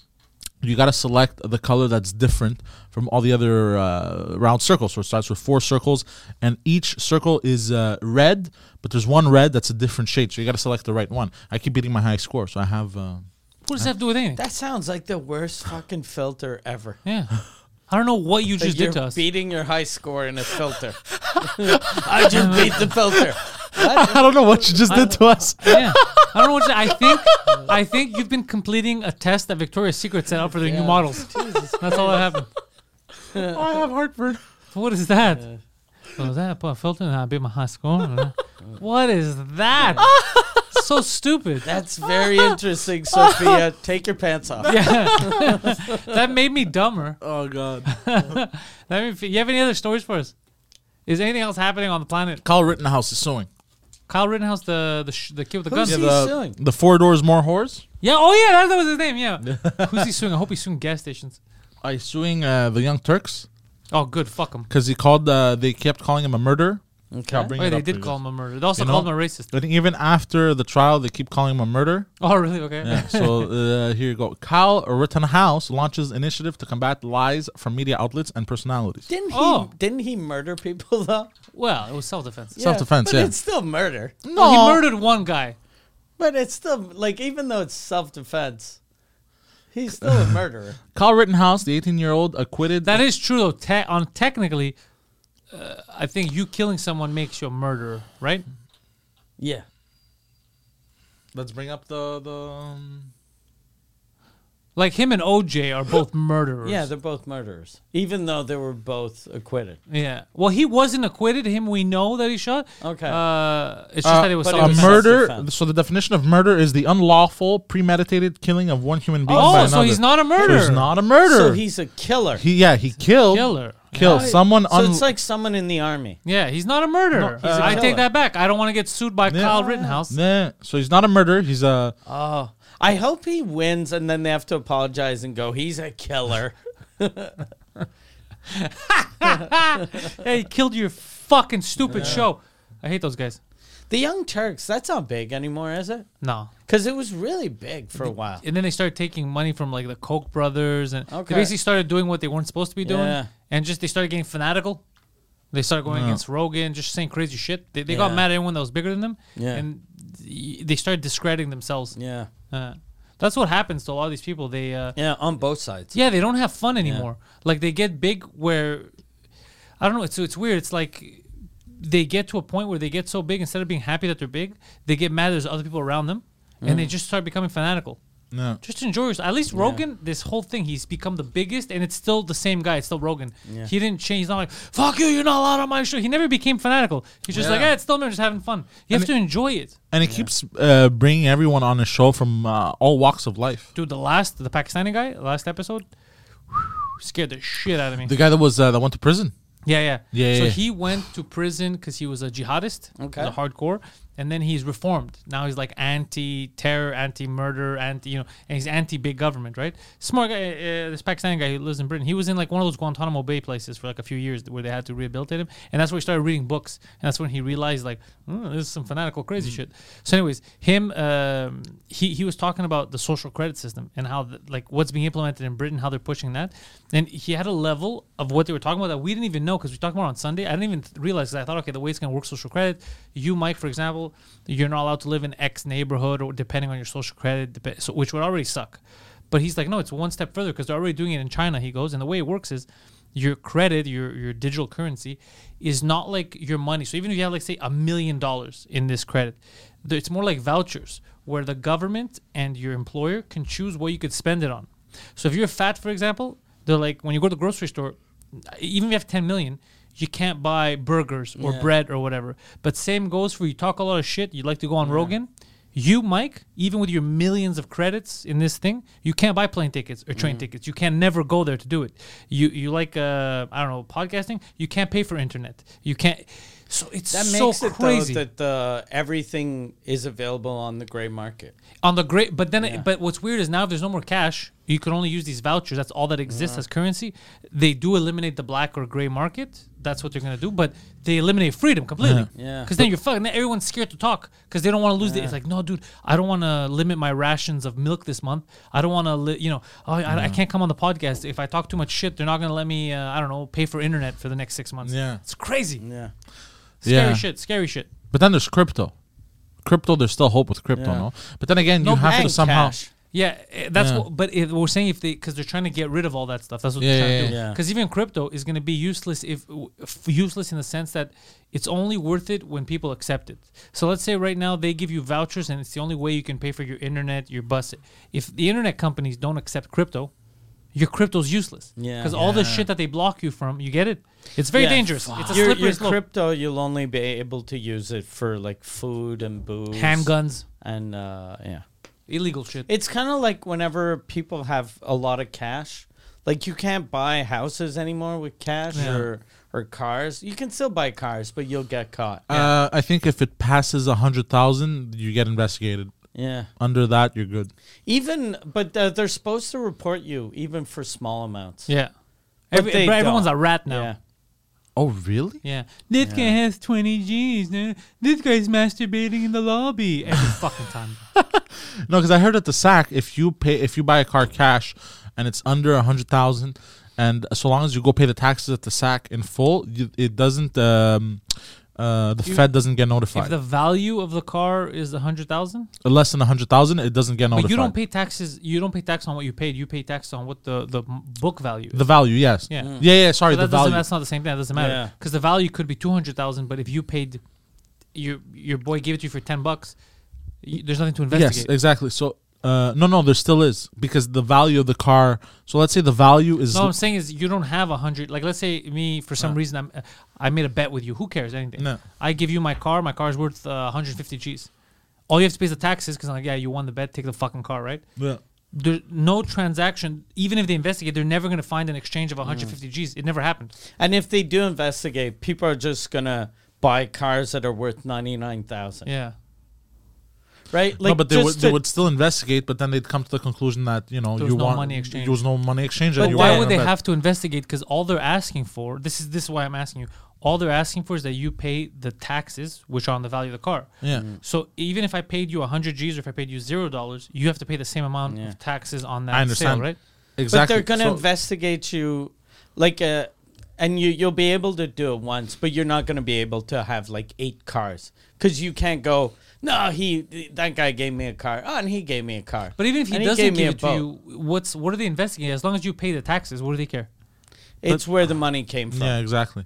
you got to select the color that's different from all the other uh, round circles. So it starts with four circles, and each circle is uh, red, but there's one red that's a different shade. So you got to select the right one. I keep beating my high score, so I have. Uh,
What does that have to do with anything?
That sounds like the worst fucking filter ever.
yeah. I don't know what you just
you're
did to us.
beating your high score in a filter. I just beat the filter. What?
I don't know what you just did to us.
yeah. I don't know what you, I think. I think you've been completing a test that Victoria's Secret set out for their
Yeah.
new models. That's all that happened.
I have heartburn.
What is that? Oh, that I put a filter and I beat my high score. what is that? so stupid.
That's very interesting, Sophia. Take your pants off.
Yeah. that made me dumber.
Oh God.
That made me, fe- you have any other stories for us? Is anything else happening on the planet?
Kyle Rittenhouse is suing.
Kyle Rittenhouse, the the, sh- the kid with the gun.
Who's
Yeah,
he
the-
suing?
The four doors more whores.
yeah, oh yeah, that, that was his name. Yeah, who's he suing? I hope he's suing gas stations.
I suing uh, the Young Turks
Oh, good, fuck him.
because he called. Uh, they kept calling him a murderer.
Okay.
I'll bring
Oh, yeah,
it
they
up
did
later.
call him a murderer. They also
You know-
called him a racist.
I think even after the trial, they keep calling him a murderer.
Oh, really? Okay.
Yeah. so uh, here you go. Kyle Rittenhouse launches initiative to combat lies from media outlets and personalities.
Didn't he?
Oh.
Didn't he murder people though?
Well, it was self-defense.
Yeah,
Self-defense,
But
yeah.
it's still murder.
No, he murdered one guy.
But it's still like even though it's self defense, he's still a murderer.
Kyle Rittenhouse, the 18-yete-old acquitted.
That is true though. Te- on technically, uh, I think you killing someone makes you a murderer, right?
Yeah.
Let's bring up the the. um,
Like him and OJ are both murderers.
Yeah, they're both murderers. Even though they were both acquitted.
Yeah. Well, he wasn't acquitted. Him, we know that he shot.
Okay.
Uh, it's just
uh,
that it was
but it
self-defense.
a
was
murder.
self-defense.
So the definition of murder is the unlawful, premeditated killing of one human being by
Oh,
another.
so he's not a
So
murderer.
he's not a murderer.
So he's a killer.
He yeah, he killed
Killer.
killed
Yeah.
someone
so
on
it's like someone in the army.
Yeah, he's not a murderer.
No, he's a
I
killer.
take that back. I don't want to get sued by
Yeah.
Kyle
Oh,
Rittenhouse.
Nah, so he's not a murderer, he's a
Oh, I hope he wins, and then they have to apologize and go, "He's a killer."
Hey, he killed your fucking stupid show. I hate those guys.
the Young Turks. That's not big anymore, is it?
No.
Because it was really big for a while.
And then they started taking money from like the Koch brothers, and
Okay.
they basically started doing what they weren't supposed to be doing,
Yeah.
and just they started getting fanatical. They started going
Yeah.
against Rogan, just saying crazy shit. They, they
Yeah.
got mad at anyone that was bigger than them,
Yeah.
and y- they started discrediting themselves.
Yeah,
Uh, that's what happens to a lot of these people. They uh,
yeah, on both sides.
yeah, they don't have fun anymore. Like they get big where I don't know, it's it's weird. It's like they get to a point where they get so big instead of being happy that they're big, they get mad there's other people around them and
Mm.
they just start becoming fanatical.
no.
Just enjoy yourself. At least Rogan, this whole thing, he's become the biggest and it's still the same guy. It's still Rogan.
Yeah.
He didn't change. He's not like, fuck you, you're not allowed on my show. He never became fanatical. He's just like,
Yeah.
yeah, it's still me, I'm just having fun. You have to enjoy it.
And he keeps uh, bringing everyone on a show from uh, all walks of life.
Dude, the last, the Pakistani guy, last episode, scared the shit out of me.
The guy that was uh, that went to prison.
Yeah, yeah,
Yeah,
So
yeah.
he went to prison because he was a jihadist,
Okay.
okay, a hardcore, and then he's reformed. Now he's like anti-terror, anti-murder, anti, you know, and he's anti-big government, right? Smart guy, uh, this Pakistani guy who lives in Britain. He was in like one of those Guantanamo Bay places for like a few years where they had to rehabilitate him, and that's where he started reading books, and that's when he realized like "Mm, this is some fanatical crazy shit. So, anyways, him, um, he he was talking about the social credit system and how the, like what's being implemented in Britain, how they're pushing that, and he had a level of what they were talking about that we didn't even know because we talked about it on Sunday. I didn't even th- realize. 'cause I thought, okay, the way it's gonna work social credit, you, Mike, for example, you're not allowed to live in X neighborhood or depending on your social credit, dep- so, which would already suck. But he's like, no, it's one step further because they're already doing it in China. He goes, and the way it works is your credit, your your digital currency, is not like your money. So even if you have like say a million dollars in this credit, th- it's more like vouchers where the government and your employer can choose what you could spend it on. So if you're fat, for example, they're like when you go to the grocery store, even if you have 10 million, you can't buy burgers or
Yeah.
bread or whatever. But same goes for you talk a lot of shit, you like to go on Rogan. You, Mike, even with your millions of credits in this thing, you can't buy plane tickets or
Mm.
train tickets. You can never go there to do it. You you like uh I don't know podcasting. You can't pay for internet. You can't. So it's
That
so
makes it
crazy
though that the everything is available on the gray market.
on the great. But then,
Yeah.
it, but what's weird is now if there's no more cash, you can only use these vouchers. That's all that exists as currency. They do eliminate the black or gray market. That's what they're gonna do. But they eliminate freedom completely.
Yeah.
Because then you're fucking. then Everyone's scared to talk because they don't want to lose. The, it's like, no, dude, I don't want to limit my rations of milk this month. I don't want to, li- you know, oh, I, I can't come on the podcast if I talk too much shit. They're not gonna let me. Uh, I don't know, pay for internet for the next six months.
Yeah.
It's crazy.
Yeah.
Scary
Yeah.
shit. Scary shit.
But then there's crypto. Crypto, there's still hope with crypto,
Yeah.
no? But then again, you have to
and
somehow.
cash.
Yeah, eh, that's
Yeah.
what. But if we're saying if they because they're trying to get rid of all that stuff. That's what
Yeah,
they're trying
yeah,
to do.
yeah.
Because even crypto is going to be useless if w- f- useless in the sense that it's only worth it when people accept it. So let's say right now they give you vouchers and it's the only way you can pay for your internet, your bus. If the internet companies don't accept crypto, your crypto's useless.
Yeah.
Because all the shit that they block you from, you get it. It's very
Yeah.
dangerous. It's a
your,
slippery
your
slope.
crypto, you'll only be able to use it for like food and booze,
Handguns,
and uh, yeah.
illegal shit.
It's kind of like whenever people have a lot of cash, Like you can't buy houses anymore with cash
Yeah.
or or cars. You can still buy cars, but you'll get caught.
Uh, I think if it passes a hundred thousand, you get investigated.
yeah.
Under that, you're good.
Even but uh, they're supposed to report you even for small amounts.
Yeah.
But
Every,
they
but everyone's
don't.
a rat
Yeah.
now.
Oh, really?
Yeah. This guy has 20 G's. no, This guy's masturbating in the lobby every fucking time.
No, because I heard at the SAC, if you pay, if you buy a car cash, and it's under a hundred thousand, and so long as you go pay the taxes at the SAC in full, you, it doesn't. Um, uh, the
You-
Fed doesn't get notified. Uh,
if the value of the car is 100,000,
Less than a hundred thousand, it doesn't get notified.
but you don't pay taxes, you don't pay tax on what you paid. You pay tax on what the, the m- book value is.
the value. Yes.
Yeah.
Yeah. Yeah. Sorry,
So that
the
doesn't,
value.
that's not the same thing. That doesn't
Yeah.
matter. Because the value could be 200,000, but if you paid, your, your boy gave it to you for 10 bucks, y there's nothing to
Yes,
investigate.
exactly. So, uh, no, no, there still is because the value of the car. So let's say the value is
No, I'm saying is you don't have a hundred. Like, let's say me for some reason I'm, uh, I made a bet with you. Who cares anything?
No.
I give you my car. My car's worth uh, 150 G's. All you have to pay is the taxes because I'm like, yeah, you won the bet. Take the fucking car, right?
Yeah.
There, no transaction. Even if they investigate, they're never gonna find an exchange of
Mm.
150 G's. It never happened.
And if they do investigate, people are just gonna buy cars that are worth ninety nine thousand.
Yeah.
Right?
no, but they
just
would they
to-
would still investigate, but then they'd come to the conclusion that you know
There
you
was no
want
money exchange.
There was no money exchange. and
But
you
why
want
would
to
they
bet.
have to investigate? Because all they're asking for this is this is why I'm asking you. All they're asking for is that you pay the taxes, which are on the value of the car.
Yeah.
So even if I paid you 100 G's or if I paid you zero dollars, you have to pay the same amount
Yeah.
of taxes on that
I understand.
sale, right?
Exactly.
But they're going to
So-
investigate you, like uh and you you'll be able to do it once, but you're not going to be able to have like eight cars because you can't go. No, he that guy gave me a car. Oh, and he gave me a car.
But even if he
And
doesn't
gave me
give
a
it to
boat.
you, what's what are they investigating? As long as you pay the taxes, what do they care?
it's where the money came from.
Yeah, exactly.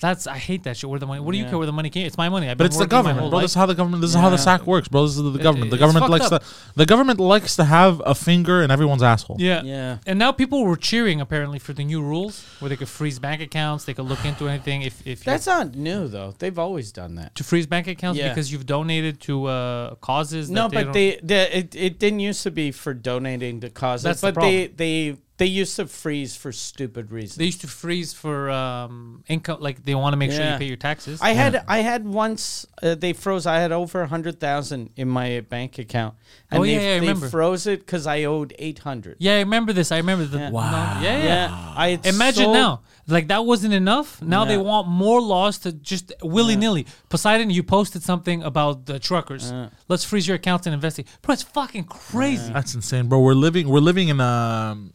That's I hate that shit. Where the money? What do you
Yeah.
care where the money came? It's my money. I've
But
been
it's the
working my whole
government, bro. This is how the government. This is how the
Yeah.
SAC works, bro. This is the
It-
government. The
it's
government
fucked
likes
up.
to. The government likes to have a finger in everyone's asshole.
life. yeah.
Yeah.
And now people were cheering apparently for the new rules where they could freeze bank accounts. They could look into anything if if you
That's not new though. They've always done that.
to freeze bank accounts
Yeah.
because you've donated to uh, causes.
No,
that
but
don't-
they, they it, it didn't used to be for donating to causes,
That's the
but they they they used to freeze for stupid reasons.
they used to freeze for um, income. Like they want to make sure you
Yeah.
pay your taxes.
I had I had once uh, they froze. I had over a hundred thousand in my bank account, and
Oh,
they,
yeah, yeah, I
they
remember.
froze it because I owed eight hundred.
Yeah, I remember this. I remember the
Yeah.
Wow. Yeah, yeah.
I had
Imagine
sold-
now. Like that wasn't enough. Now they
Yeah.
want more laws to just willy nilly. Poseidon, you posted something about the truckers. Let's freeze your accounts and investigate. Bro, it's fucking crazy.
That's insane, bro. We're living. We're living in um.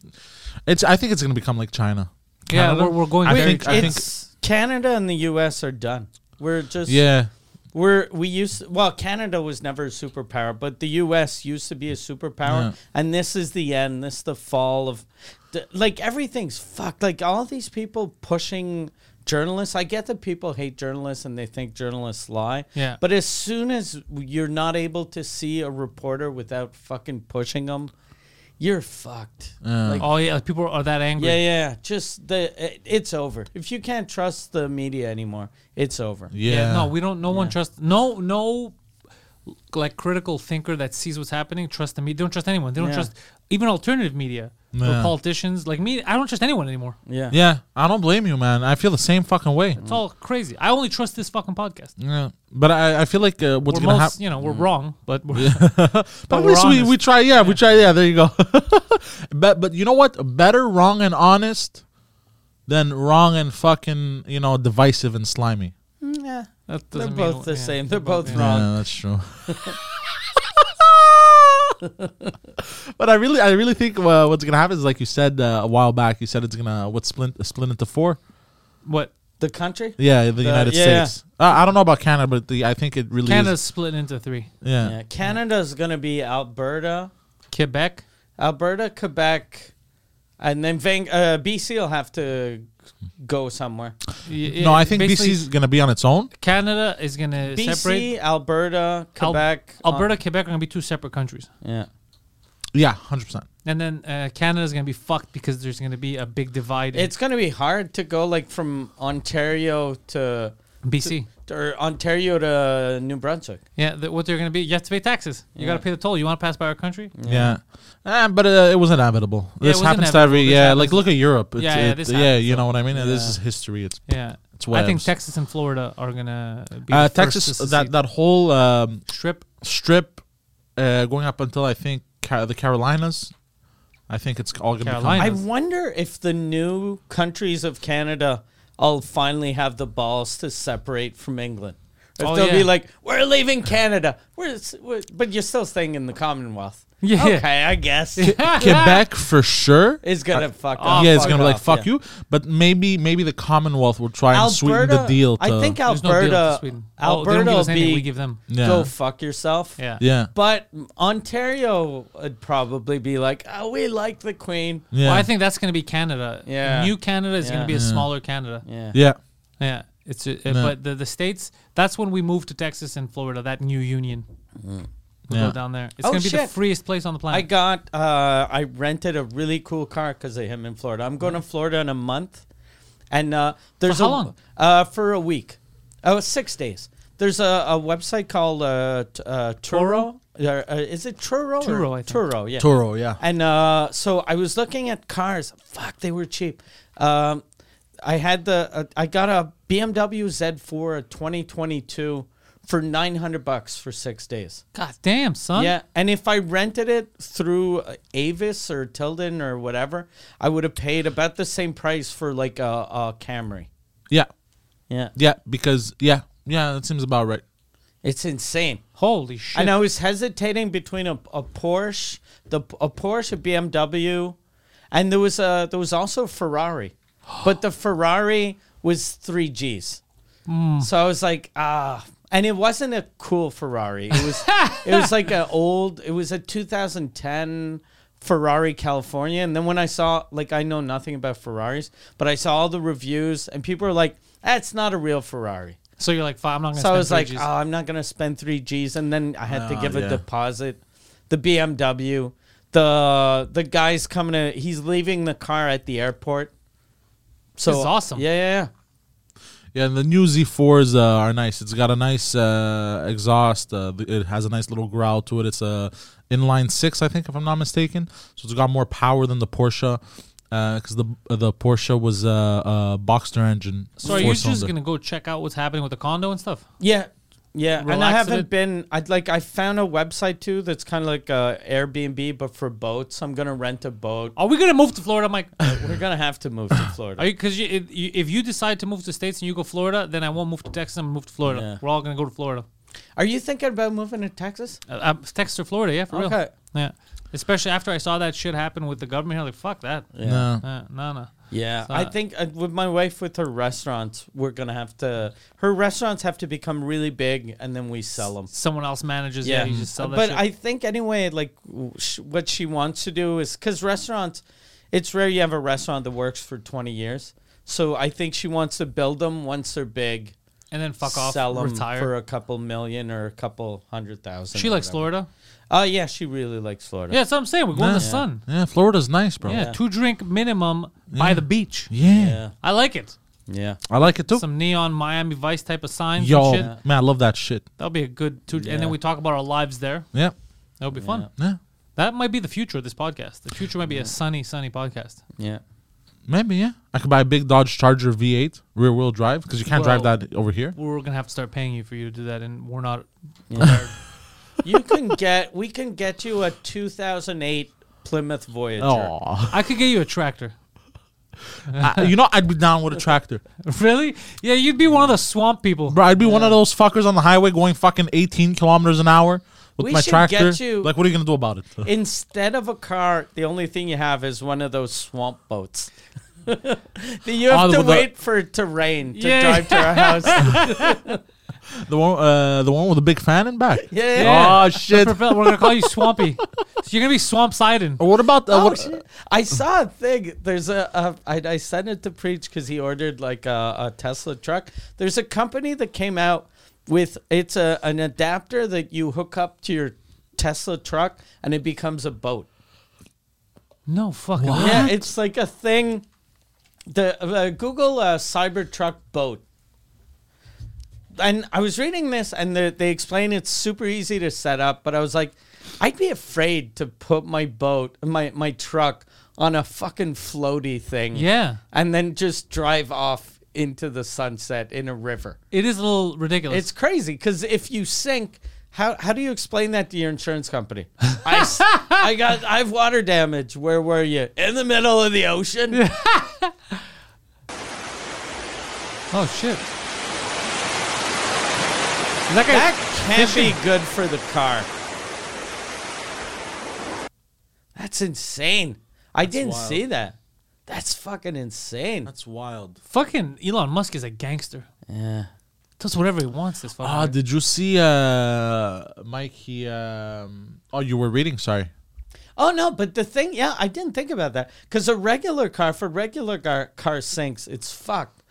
It's. I think it's gonna become like China.
Yeah,
Canada?
we're- we're going
I
very
think. I think.
it's Canada and the U.S. are done. We're just
Yeah.
We're we used well Canada was never a superpower, but the U.S. used to be a superpower,
Yeah.
and this is the end. This is the fall of, the, like everything's fucked. Like all these people pushing journalists. I get that people hate journalists and they think journalists lie.
Yeah.
But as soon as you're not able to see a reporter without fucking pushing them, you're fucked. Like,
Oh yeah, like, people are that angry.
yeah, yeah. Just the it, it's over. If you can't trust the media anymore, it's over.
Yeah.
no, we don't. No one trusts. No, no, like critical thinker that sees what's happening. Trust the media. They don't trust anyone. They don't
Yeah.
trust even alternative media
Yeah.
or politicians like me. I don't trust anyone anymore.
Yeah.
yeah. I don't blame you, man. I feel the same fucking way.
It's all crazy. I only trust this fucking podcast.
Yeah, but I, I feel like uh, what's
we're
gonna
most,
happen.
you know,
Mm.
we're wrong, but we're,
But at
we're
least we, we
honest.
try. Yeah, we try. Yeah, there you go. but but you know what? Better wrong and honest than wrong and fucking you know divisive and slimy.
Mm, Yeah.
That
They're
doesn't
both
mean-
the
yeah,
same. They're both
yeah.
wrong.
Yeah, that's true. but I really I really think uh, what's gonna happen is like you said uh, a while back. You said it's gonna what split split into four.
What
The country?
Yeah, the, United
yeah.
States. Uh, I don't know about Canada, but the, I think it really
Canada's
is.
split into three:
Yeah.
Yeah. Canada's going to be Alberta,
Quebec,
Alberta, Quebec, and then Van- uh, BC will have to go somewhere.
No, I think BC's gonna be on its own.
Canada is gonna
BC,
separate.
Alberta,
Al-
Quebec.
Alberta, Quebec are gonna be two separate countries,
uh, yeah.
Yeah, hundred percent.
and then uh, Canada's gonna be fucked because there's gonna be a big divide. in-
It's going to be hard to go like from Ontario to
BC.
or Ontario to New Brunswick.
Yeah, th- what they're gonna be? You have to pay taxes. You gotta
Yeah.
pay the toll. You want to pass by our country?
Yeah, Eh, but uh, it was inevitable.
Yeah, it
this
was
happens to
inevitable.
every
This
yeah.
happens.
Like look at Europe. It's,
Yeah, yeah,
it-
this
yeah.
happens.
You know what I mean? This
Yeah.
is history. It's
Yeah,
it's webs.
I think Texas and Florida are gonna be
uh,
the first
Texas.
to
That
secede.
that whole um,
strip.
strip uh, going up until I think Ca- the Carolinas. I think it's all gonna
Carolina.
I
Yes.
wonder if the new countries of Canada all finally have the balls to separate from England. If
Oh,
they'll be
yeah.
like, we're leaving Canada, we're, s- we're, but you're still staying in the Commonwealth.
Yeah.
Okay, I guess.
become Quebec for sure.
It's gonna fuck
Oh,
off.
Uh, yeah, it's
fuck
gonna be like
off,
fuck
yeah.
you. But maybe maybe the Commonwealth will try and sweeten the deal. To,
I think
There's no deal
Alberta.
to Sweden. Oh, they don't
Alberta
give
will
us anything.
be.
we give them.
Yeah.
Go fuck yourself.
Yeah.
yeah.
But Ontario would probably be like, oh, we like the Queen.
Yeah.
Well, I think that's going to be Canada.
Yeah.
New Canada is going
Yeah.
to be a smaller Canada. Yeah.
Yeah.
yeah.
It's a,
No.
but the the states. That's when we move to Texas and Florida. That new union. We'll
Mm. Yeah.
go down there. It's
Oh,
going to be the
shit.
freest place on the planet.
I got, uh, I rented a really cool car because of him in Florida. I'm going to Florida in a month, and uh, there's
how
a,
long?
Uh, for a week, oh, six days. There's a, a website called uh, t- uh, Turo. Uh, uh, is it Turo? or-
Turo, I think.
Turo, yeah.
Toro. Yeah.
And uh, so I was looking at cars. Fuck, they were cheap. Um, I had the uh, I got a BMW Z4 a 2022 for 900 bucks for six days.
God damn son.
Yeah, and if I rented it through uh, Avis or Tilden or whatever, I would have paid about the same price for like a, a Camry.
Yeah.
Yeah,
Yeah. Because yeah. Yeah. That seems about right.
it's insane.
Holy shit.
And I was hesitating between a, a Porsche, the a Porsche, a BMW, and there was a there was also a Ferrari, but the Ferrari was three Gs. So I was like, ah, and it wasn't a cool Ferrari. It was it was like an old. It was a 2010 Ferrari California. And then when I saw, like, I know nothing about Ferraris, but I saw all the reviews, and people were like, that's not a real Ferrari.
So you're like, "Fuck, I'm not going to.
So I was like, oh, I'm not gonna spend three G's, and then I had to
Oh,
give
yeah.
a deposit. The BMW, the the guy's coming to, he's leaving the car at the airport. So
This is awesome.
Yeah, yeah,
Yeah, and the new Z4s uh, are nice. It's got a nice uh, exhaust. Uh, th- it has a nice little growl to it. It's a inline six, I think, if I'm not mistaken. So it's got more power than the Porsche, because the uh, the Porsche was a uh, uh, Boxster engine.
so are you
four-cylinder.
just going to go check out what's happening with the condo and stuff?
yeah, yeah. Yeah, and I
Relax a
haven't
bit.
been. I'd like. I found a website too that's kind of like uh, Airbnb, but for boats. I'm gonna rent a boat.
Are we going to move to Florida, Mike?
We're gonna have to move to
Are
Florida.
you because you, if you, if you decide to move to the states and you go Florida, then I won't move to Texas. I'm gonna move to Florida.
Yeah.
We're all going to go to Florida.
Are you thinking about moving to Texas?
Uh, uh, Texas or Florida, yeah, for real.
Okay.
Yeah. Especially after I saw that shit happen with the government, I'm like, fuck that.
Yeah.
No.
Uh, no, no.
Yeah,
So-
I think uh, with my wife with her restaurants, we're gonna have to. Her restaurants have to become really big, and then we sell them.
Someone else manages. Yeah, you just sell that.
but
shit.
I think anyway, like w- sh- what she wants to do is because restaurants, it's rare you have a restaurant that works for twenty years. So I think she wants to build them once they're big,
and then fuck off,
sell them
retire.
for a couple million or a couple hundred thousand.
she
or
likes
whatever.
Florida.
Uh, yeah, she really likes Florida.
Yeah, that's what I'm saying. We're going to the
Yeah.
sun.
Yeah, Florida's nice, bro.
Yeah,
Yeah.
two drink minimum by the beach.
yeah,
I like it.
yeah.
I like it too.
Some neon Miami Vice type of signs.
Yo,
and shit.
man, I love that shit.
that'll be a good two.
Yeah.
And then we talk about our lives there.
Yeah,
That'll be fun.
yeah,
That might be the future of this podcast. The future might be a sunny, sunny podcast.
yeah.
maybe yeah. I could buy a big Dodge Charger V8 rear-wheel drive because you can't drive
Well-
that over here.
We're gonna have to start paying you for you to do that, and we're not.
You can get we can get you a 2008 Plymouth Voyager.
Oh,
I could get you a tractor.
you know I'd be down with a tractor.
Really? Yeah, you'd be one of the swamp people.
Bro, I'd be one of those fuckers on the highway going fucking 18 kilometers an hour with
We
my
should
tractor.
get you-
Like, what are you gonna do about it?
Instead of a car, the only thing you have is one of those swamp boats. that you have
Oh,
to
with the-
wait for it to rain to
Yeah.
drive to our house. yeah,
the one, uh, the one with the big fan in back.
yeah, yeah.
Yeah.
Oh shit.
Propeller- We're gonna call you Swampy. So you're gonna be Swamp Sidon.
Or what about uh,
Oh,
what,
shit. I saw a thing. There's a, a I, I sent it to preach because he ordered like a, a Tesla truck. There's a company that came out with it's a an adapter that you hook up to your Tesla truck and it becomes a boat.
No fucking. way.
Yeah, it's like a thing. The uh, Google uh, Cybertruck boat. and I was reading this, and they, they explain it's super easy to set up, but I was like, I'd be afraid to put my boat, my my truck, on a fucking floaty thing,
Yeah.
and then just drive off into the sunset in a river.
It is a little ridiculous.
It's crazy because if you sink, how how do you explain that to your insurance company? I, s- I got I have water damage. Where were you? In the middle of the ocean.
oh shit. That guy
That can't
fishing.
be good for the car. That's insane. I didn't
wild.
see that. That's fucking insane.
That's wild.
Fucking Elon Musk is a gangster.
yeah.
Does whatever he wants. This fucking.
Ah,
guy.
did you see uh Mikey um Oh, you were reading, sorry.
Oh no, but the thing, yeah, I didn't think about that because a regular car for regular car, car sinks, it's fucked.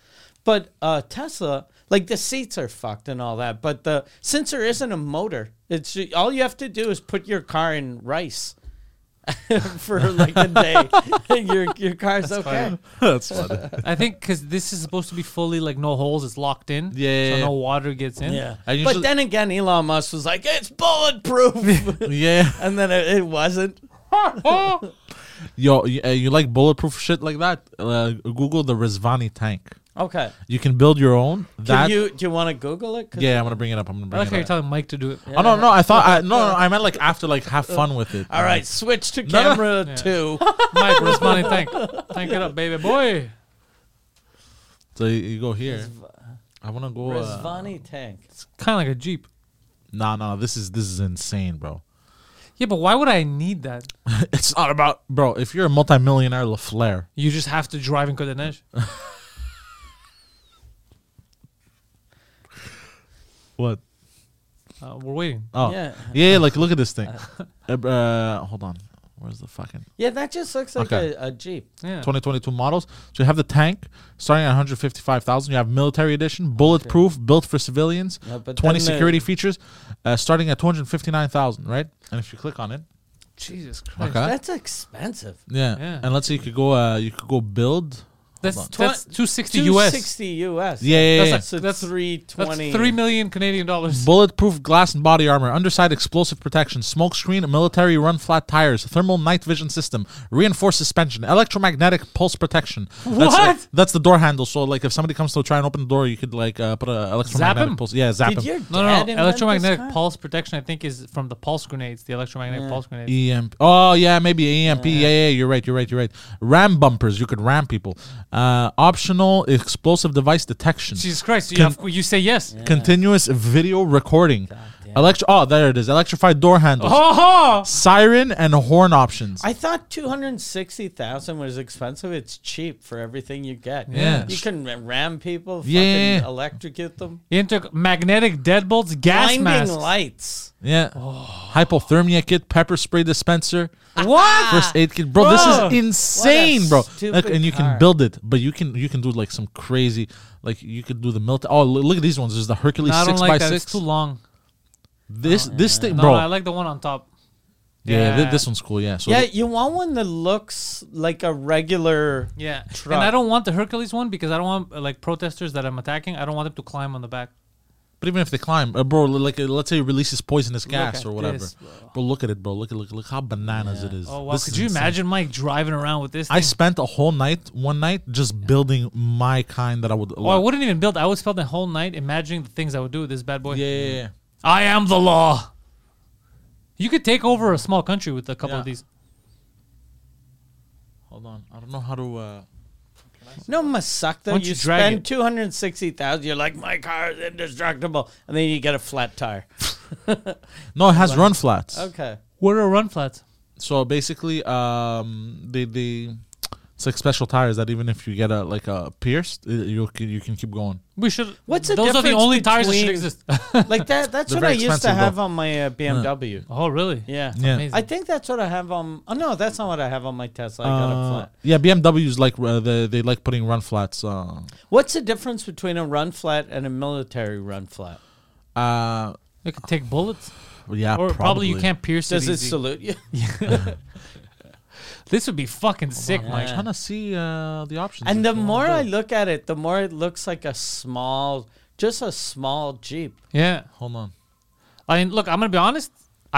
But uh, Tesla, like the seats are fucked and all that. But the since there isn't a motor, it's all you have to do is put your car in rice for like a day. your your car's okay.
That's funny.
I think because this is supposed to be fully like no holes. It's locked in.
Yeah, yeah,
So
yeah.
no water gets in.
Yeah.
I
but
usually-
then again, Elon Musk was like, it's bulletproof.
yeah.
and then it, it wasn't.
Yo, you, uh, you like bulletproof shit like that? Uh, Google the Rizvani tank.
Okay.
You can build your own. That
Can you, do you want to Google it? 'Cause-
yeah, I'm gonna bring it up. I'm gonna
I
bring
like how you're
it up.
telling Mike to do it.
Oh no, no, I thought I, no, no, I meant like after like have fun with it.
All right, switch to
No, no.
camera
Yeah.
two.
Mike, where's money? Thank, thank it up, baby boy.
So you, you go here. I wanna go. Uh,
Rizvani tank.
Kind of like a jeep.
nah, nah, this is this is insane, bro.
Yeah, but why would I need that?
it's not about bro. If you're a multimillionaire, LaFlair.
You just have to drive in Kodanesh.
What?
Uh, we're waiting.
Oh yeah,
Yeah.
yeah, like look at this thing. Uh, uh, hold on, where's the fucking
Yeah, that just looks like
Okay.
a, a Jeep.
Yeah.
2022 models? So you have the tank starting at 155,000. You have military edition, bulletproof, built for civilians.
No, but
20
then the-
security features, uh, starting at 259,000. Right, and if you click on it,
Jesus Christ.
okay,
That's expensive.
yeah.
Yeah.
and let's say you could go, uh, you could go build.
That's
Hold
tw-
on.
that's 260 US.
260 US.
Yeah, yeah, yeah.
That's
So
That's-
that's 320.
That's 3 million Canadian dollars.
Bulletproof glass and body armor, underside explosive protection, smoke screen, military run flat tires, thermal night vision system, reinforced suspension, electromagnetic pulse protection. That's, uh,
What?
that's the door handle. So like if somebody comes to try and open the door, you could like uh, put a electromagnetic
him?
pulse. Yeah, zap
Did
him.
your
No, no,
dad invent
no.
this
Electromagnetic
car?
pulse protection, I think, is from the pulse grenades, the electromagnetic pulse grenades.
EMP. Oh yeah, maybe EMP. Yeah. yeah, You're right. You're right. You're right. Ram bumpers. You could ram people. Uh, optional explosive device detection.
Jesus Christ. You,
Can-
have, you say yes.
Continuous video recording.
damn.
Electro. Oh, there it is. Electrified door handles.
Oh,
Siren and horn options.
I thought 260,000 was expensive. It's cheap for everything you get.
Yeah.
You can ra- ram people,
Yeah.
fucking electrocute them.
Intermagnetic deadbolts, gas
Blinding
masks.
lights.
yeah.
Oh.
Hypothermia kit, pepper spray dispenser,
What?
first aid kit. Bro,
Bro.
this is insane, bro.
stupid
Like, and you
car.
can build it, but you can you can do like some crazy, like you could do the military. Oh, lo- look at these ones. There's the Hercules
No, I don't
six
like
by
that.
six.
It's too long.
This this thing,
No,
bro.
I like the one on top.
yeah, thi-
yeah.
this one's cool. Yeah. So
Yeah,
the-
you want one that looks like a regular.
Yeah.
Truck.
And I don't want the Hercules one because I don't want uh, like protesters that I'm attacking. I don't want them to climb on the back.
But even if they climb, uh, bro, like uh, let's say it releases poisonous gas
at
or whatever,
this, bro.
bro. Look at it, bro. Look at look look how bananas it is.
Oh wow!
This
Could
is
you
insane.
imagine Mike driving around with this? Thing?
I spent a whole night, one night, just building my kind that I would.
oh, I wouldn't even build. I would spend the whole night imagining the things I would do with this bad boy.
Yeah, yeah, yeah.
I am the law. You could take over a small country with a couple
Yeah.
of these.
Hold on, I don't know how to. Uh,
No, Masakta,
Why don't
you,
you drag
spend
it?
260,000. You're like, my car is indestructible. And then you get a flat tire.
no, it has run flats.
Okay.
What are run flats?
So basically, um, they they it's like special tires that even if you get a like a pierced, uh, you can you can keep going.
We should.
What's the
Those are the
difference
only tires that should
between-
exist.
Like that. That's
They're
what I
very
used to
expensive,
have
though.
on my uh, BMW.
oh really?
Yeah.
Yeah.
Amazing.
I think that's what I have on. Oh, no, that's not what I have on my Tesla. I got a
Uh,
flat.
yeah, BMWs like uh, they they like putting run flats. Uh,
What's the difference between a run flat and a military run flat?
uh
They could take bullets,
yeah,
or probably, you can't pierce
Does
it.
it
easy.
salute you?
this would be fucking sick,
on.
Mike.
Yeah.
trying to see uh, the options.
And
if
the
you wanna
more
do
I
it.
look at it, the more it looks like a small just a small Jeep.
Yeah.
Hold on.
I mean, look, I'm gonna be honest.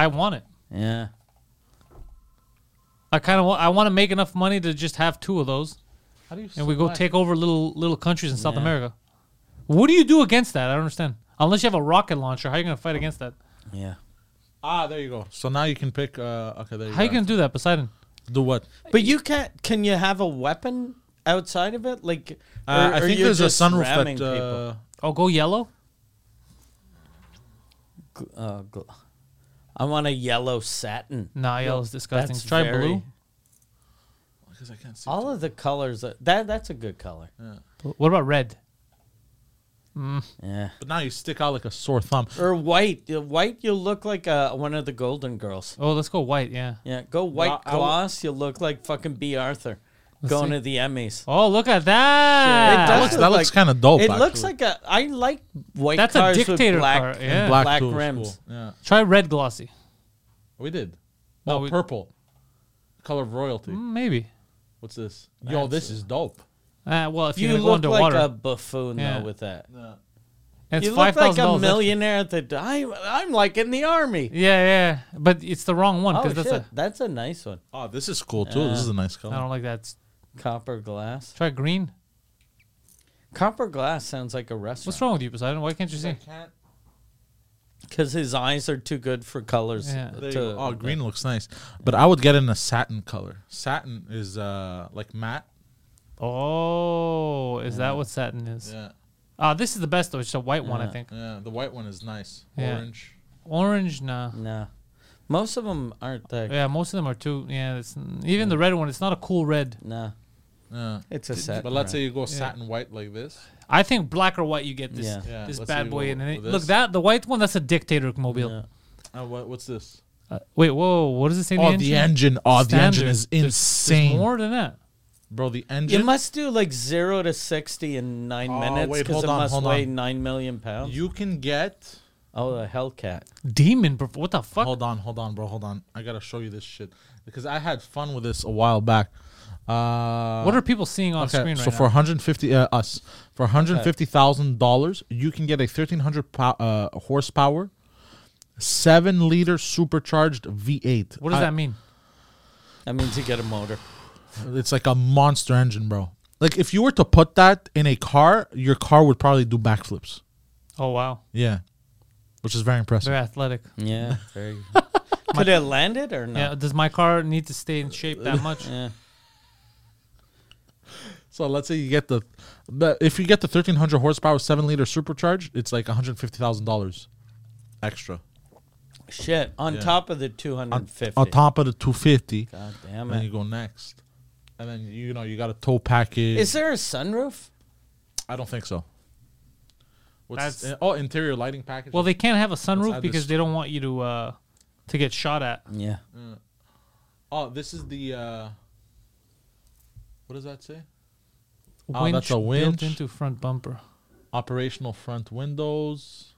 I want it.
Yeah.
I kind of wa- I want to make enough money to just have two of those,
How do you?
and we go take over little little countries in South
Yeah.
America. What do you do against that? I don't understand. Unless you have a rocket launcher, how are you gonna fight against that?
Yeah.
Ah, there you go. So now you can pick. Uh, okay, there you
How
go.
you gonna do that, Poseidon?
do what?
But you can't. Can you have a weapon outside of it? Like,
Uh,
or-
I
or
think
you're
there's a
just ramming
sunroof that.
people?
Uh,
Oh, go yellow.
Gl- uh, gl- I want a yellow satin.
Nah, yellow's disgusting. Try
very-
blue.
because I can't see.
All of the colors. Are, that that's a good color.
What about red?
Yeah.
But now you stick out like a sore thumb.
Or white. Uh, White. You look like uh, one of the Golden Girls.
Oh, let's go white. Yeah.
Yeah. Go white
I w-
gloss. you look like fucking B. Arthur,
Let's
going
see.
to the Emmys.
Oh, look at
It
that.
does
That looks, that looks kind of dope.
it looks
actually.
like a. I like white
That's a
cars
dictator
with black
car,
and
yeah.
black,
too is
rims.
cool. Yeah,
Try red glossy.
we did.
No,
oh,
we-
purple, color of royalty.
Mm, Maybe.
What's this? Yo, this is dope.
Uh, well, if you
You
go
look like
underwater,
a buffoon
Yeah.
though with that.
and it's
you look
five
like
thousand
a
dollars.
millionaire at the. d- I, I'm like in the army.
Yeah, yeah, but it's the wrong one
Oh
because
shit,
that's a.
that's a nice one.
Oh, this is cool too. this is a nice color.
I don't like that.
Copper glass.
Try green.
Copper glass sounds like a
What's
restaurant.
wrong with you, Poseidon? Why can't you see?
Because his eyes are too good for colors.
Yeah.
There you
to-
go. Oh, green looks nice, but I would get in a satin color. Satin is uh like matte.
Oh, is that what satin is?
Yeah,
Ah, this is the best though. It's a white one, I
Yeah.
think.
yeah. The white one is nice.
Yeah.
Orange.
Orange, nah.
No, most of them aren't that.
Yeah, most of them are too. Yeah, it's even the red one. It's not a cool red.
No,
Yeah.
it's a set.
But let's say you go
Yeah.
satin white like this.
I think black or white. You get this
Yeah.
Yeah,
this
let's
bad
see
boy,
what-
and then
what
look
this-
that the white one. That's a dictator mobile.
Uh, what, what's this?
Uh, wait, whoa, what does it say? in
Oh, the engine. Oh, the engine
Standard.
is
There's-
insane,
There's more than that.
bro. The
you
engine.
must do like zero to sixty in nine
Oh,
minutes
wait,
because
hold
it
on,
must
hold
weigh
on.
nine million pounds.
You can get.
oh, a Hellcat.
Demon, perf- what the fuck?
Hold on, hold on, bro. Hold on. I gotta show you this shit because I had fun with this a while back. Uh,
what are people seeing on
okay,
screen
so
right
for
now?
150 uh, us for 150 thousand dollars, you can get a 1300 po- uh, horsepower, seven liter supercharged V8.
What does
I-
that mean?
That means you get a motor.
It's like a monster engine, bro. Like if you were to put that in a car, your car would probably do backflips.
Oh wow,
Yeah, which is very impressive.
they're athletic.
Yeah, very. Could it land it or
Yeah,
not?
does my car need to stay in shape that much?
Yeah.
So let's say you get the, but if you get the 1300 horsepower seven liter supercharged, it's like 150 thousand dollars extra
Shit, on
Yeah.
top of the two
on,
hundred fifty.
on top of the 250.
God damn
and then
it!
you go next, and then you know you got a tow package.
Is there a sunroof?
I don't think so. What's
That's-
oh interior lighting package?
Well, they can't have a sunroof
add
because
this.
they don't want you to uh, to get shot at.
Yeah.
oh this is the. uh What does that say? Oh,
Winch
that's a
built
winch.
into front bumper.
Operational front windows.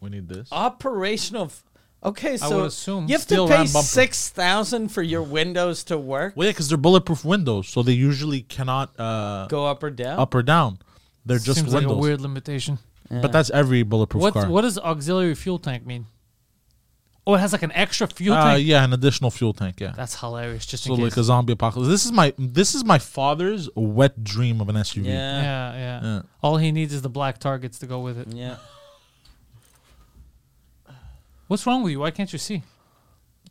We need this.
Uh,
Operational. F- okay, so
would assume
you have
steel
to pay
ram bumper.
six thousand for your windows to work,
Well, yeah, because they're bulletproof windows, so they usually cannot uh,
go up or down.
up or down. They're just
Seems like
windows.
a weird limitation.
But that's every bulletproof
What
car.
what does auxiliary fuel tank mean? Oh, it has like an extra fuel
uh,
tank.
yeah, an additional fuel tank. Yeah.
That's hilarious. Just
so
in
like
case.
a zombie apocalypse. This is my this is my father's wet dream of an SUV.
Yeah,
yeah, yeah,
Yeah.
All he needs is the black targets to go with it.
yeah.
What's wrong with you? Why can't you see?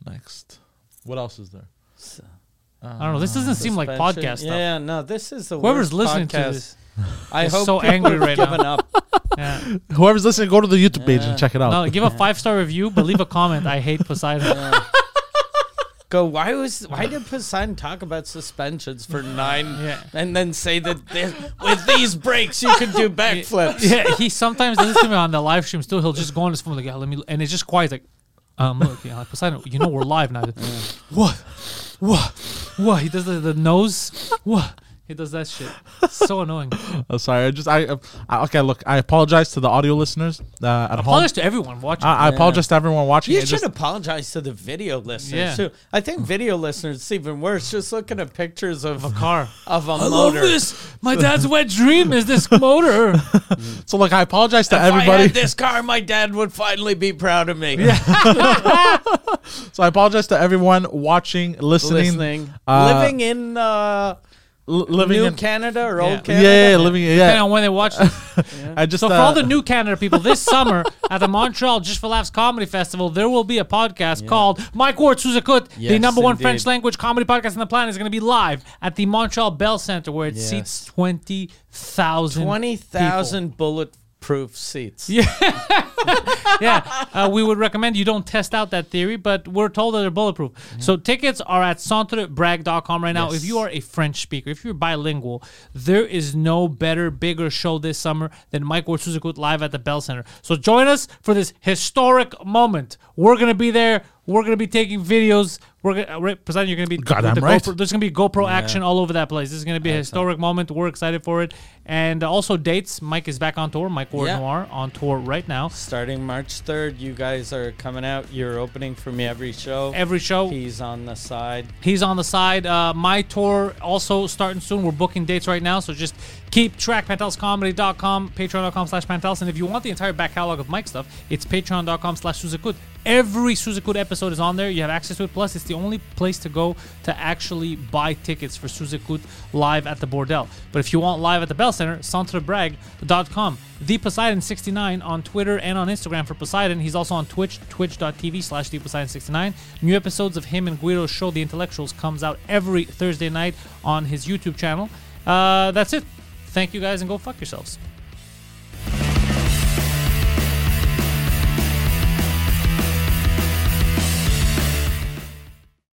Next, what else is there?
S-
I don't know. This doesn't seem like
suspension.
podcast stuff.
Yeah, no, this is the
Whoever's
worst
listening
podcast.
to this,
I
is
hope
so
people
angry
have
right
given
now.
up.
yeah.
Whoever's listening, go to the YouTube page
Yeah.
and check it out.
no, give a five star review, but leave a comment. I hate Poseidon.
Yeah. Go. Why was? Why did Poseidon talk about suspensions for nine,
Yeah.
and then say that this, with these brakes you can do backflips?
Yeah, he sometimes does this to me on the live stream. Still, he'll just go on his phone like, yeah, let me, and it's just quiet. Like, um, look, you know, like, Poseidon, you know we're live now. What? What? What? He does the, the nose. What? He does that shit. so annoying.
I'm sorry. I just I, I okay. Look, I apologize to the audio listeners uh, at home.
Apologize to everyone watching.
I, I
Yeah.
apologize to everyone watching.
You
It
should
just-
apologize to the video listeners
Yeah.
too. I think video listeners it's even worse. Just looking at pictures of
of a car.
of a
I love
motor.
this. My dad's wet dream is this motor.
so look, I apologize to
If I
everybody.
had this car, my dad would finally be proud of me.
so I apologize to everyone watching, listening,
Listening,
uh,
living in uh,
li- living
New
in
Canada or
Yeah.
old
yeah,
Canada.
yeah, yeah, living
Depending
yeah.
on when they watch. This.
I just
So for
uh,
all the new Canada people, this summer at the Montreal Just for Laughs Comedy Festival, there will be a podcast called Mike Ward Suzakut, the
Yes,
number one
indeed.
French language comedy podcast on the planet, is going to be live at the Montreal Bell Center, where it
Yes.
seats twenty thousand.
Twenty thousand bulletproof seats.
Yeah. yeah, uh, we would recommend you don't test out that theory, but we're told that they're bulletproof. So tickets are at centrebrag.com right now. If you are a French speaker, if you're bilingual, there is no better, bigger show this summer than Mike Warsuzakut live at the Bell Center. So join us for this historic moment. We're going to be there. We're going to be taking videos. We're going to, Poseidon, you're going to be,
Goddamn
with the
right.
GoPro- there's going to be GoPro action all over that place. This is going to be a historic moment. We're excited for it. And uh, also dates. Mike is back on tour. Mike Ward
Yeah.
Noir on tour right now.
Starting March third, you guys are coming out. You're opening for me every show.
Every show.
He's on the side.
He's on the side. Uh, my tour also starting soon. We're booking dates right now, so just keep track. PantelsComedy.com, Patreon.com slash Pantels. And if you want the entire back catalog of Mike stuff, it's Patreon.com slash Suzakut. Every Suzakut episode is on there. You have access to it. Plus, it's the only place to go to actually buy tickets for Suzakut live at the Bordel. But if you want live at the Bell Center, centrebrag.com. The Poseidon69 on Twitter and on Instagram for Poseidon. He's also on Twitch, twitch.tv slash The Poseidon69. New episodes of him and Guido's show, The Intellectuals, comes out every Thursday night on his YouTube channel. Uh, that's it. Thank you guys and go fuck yourselves.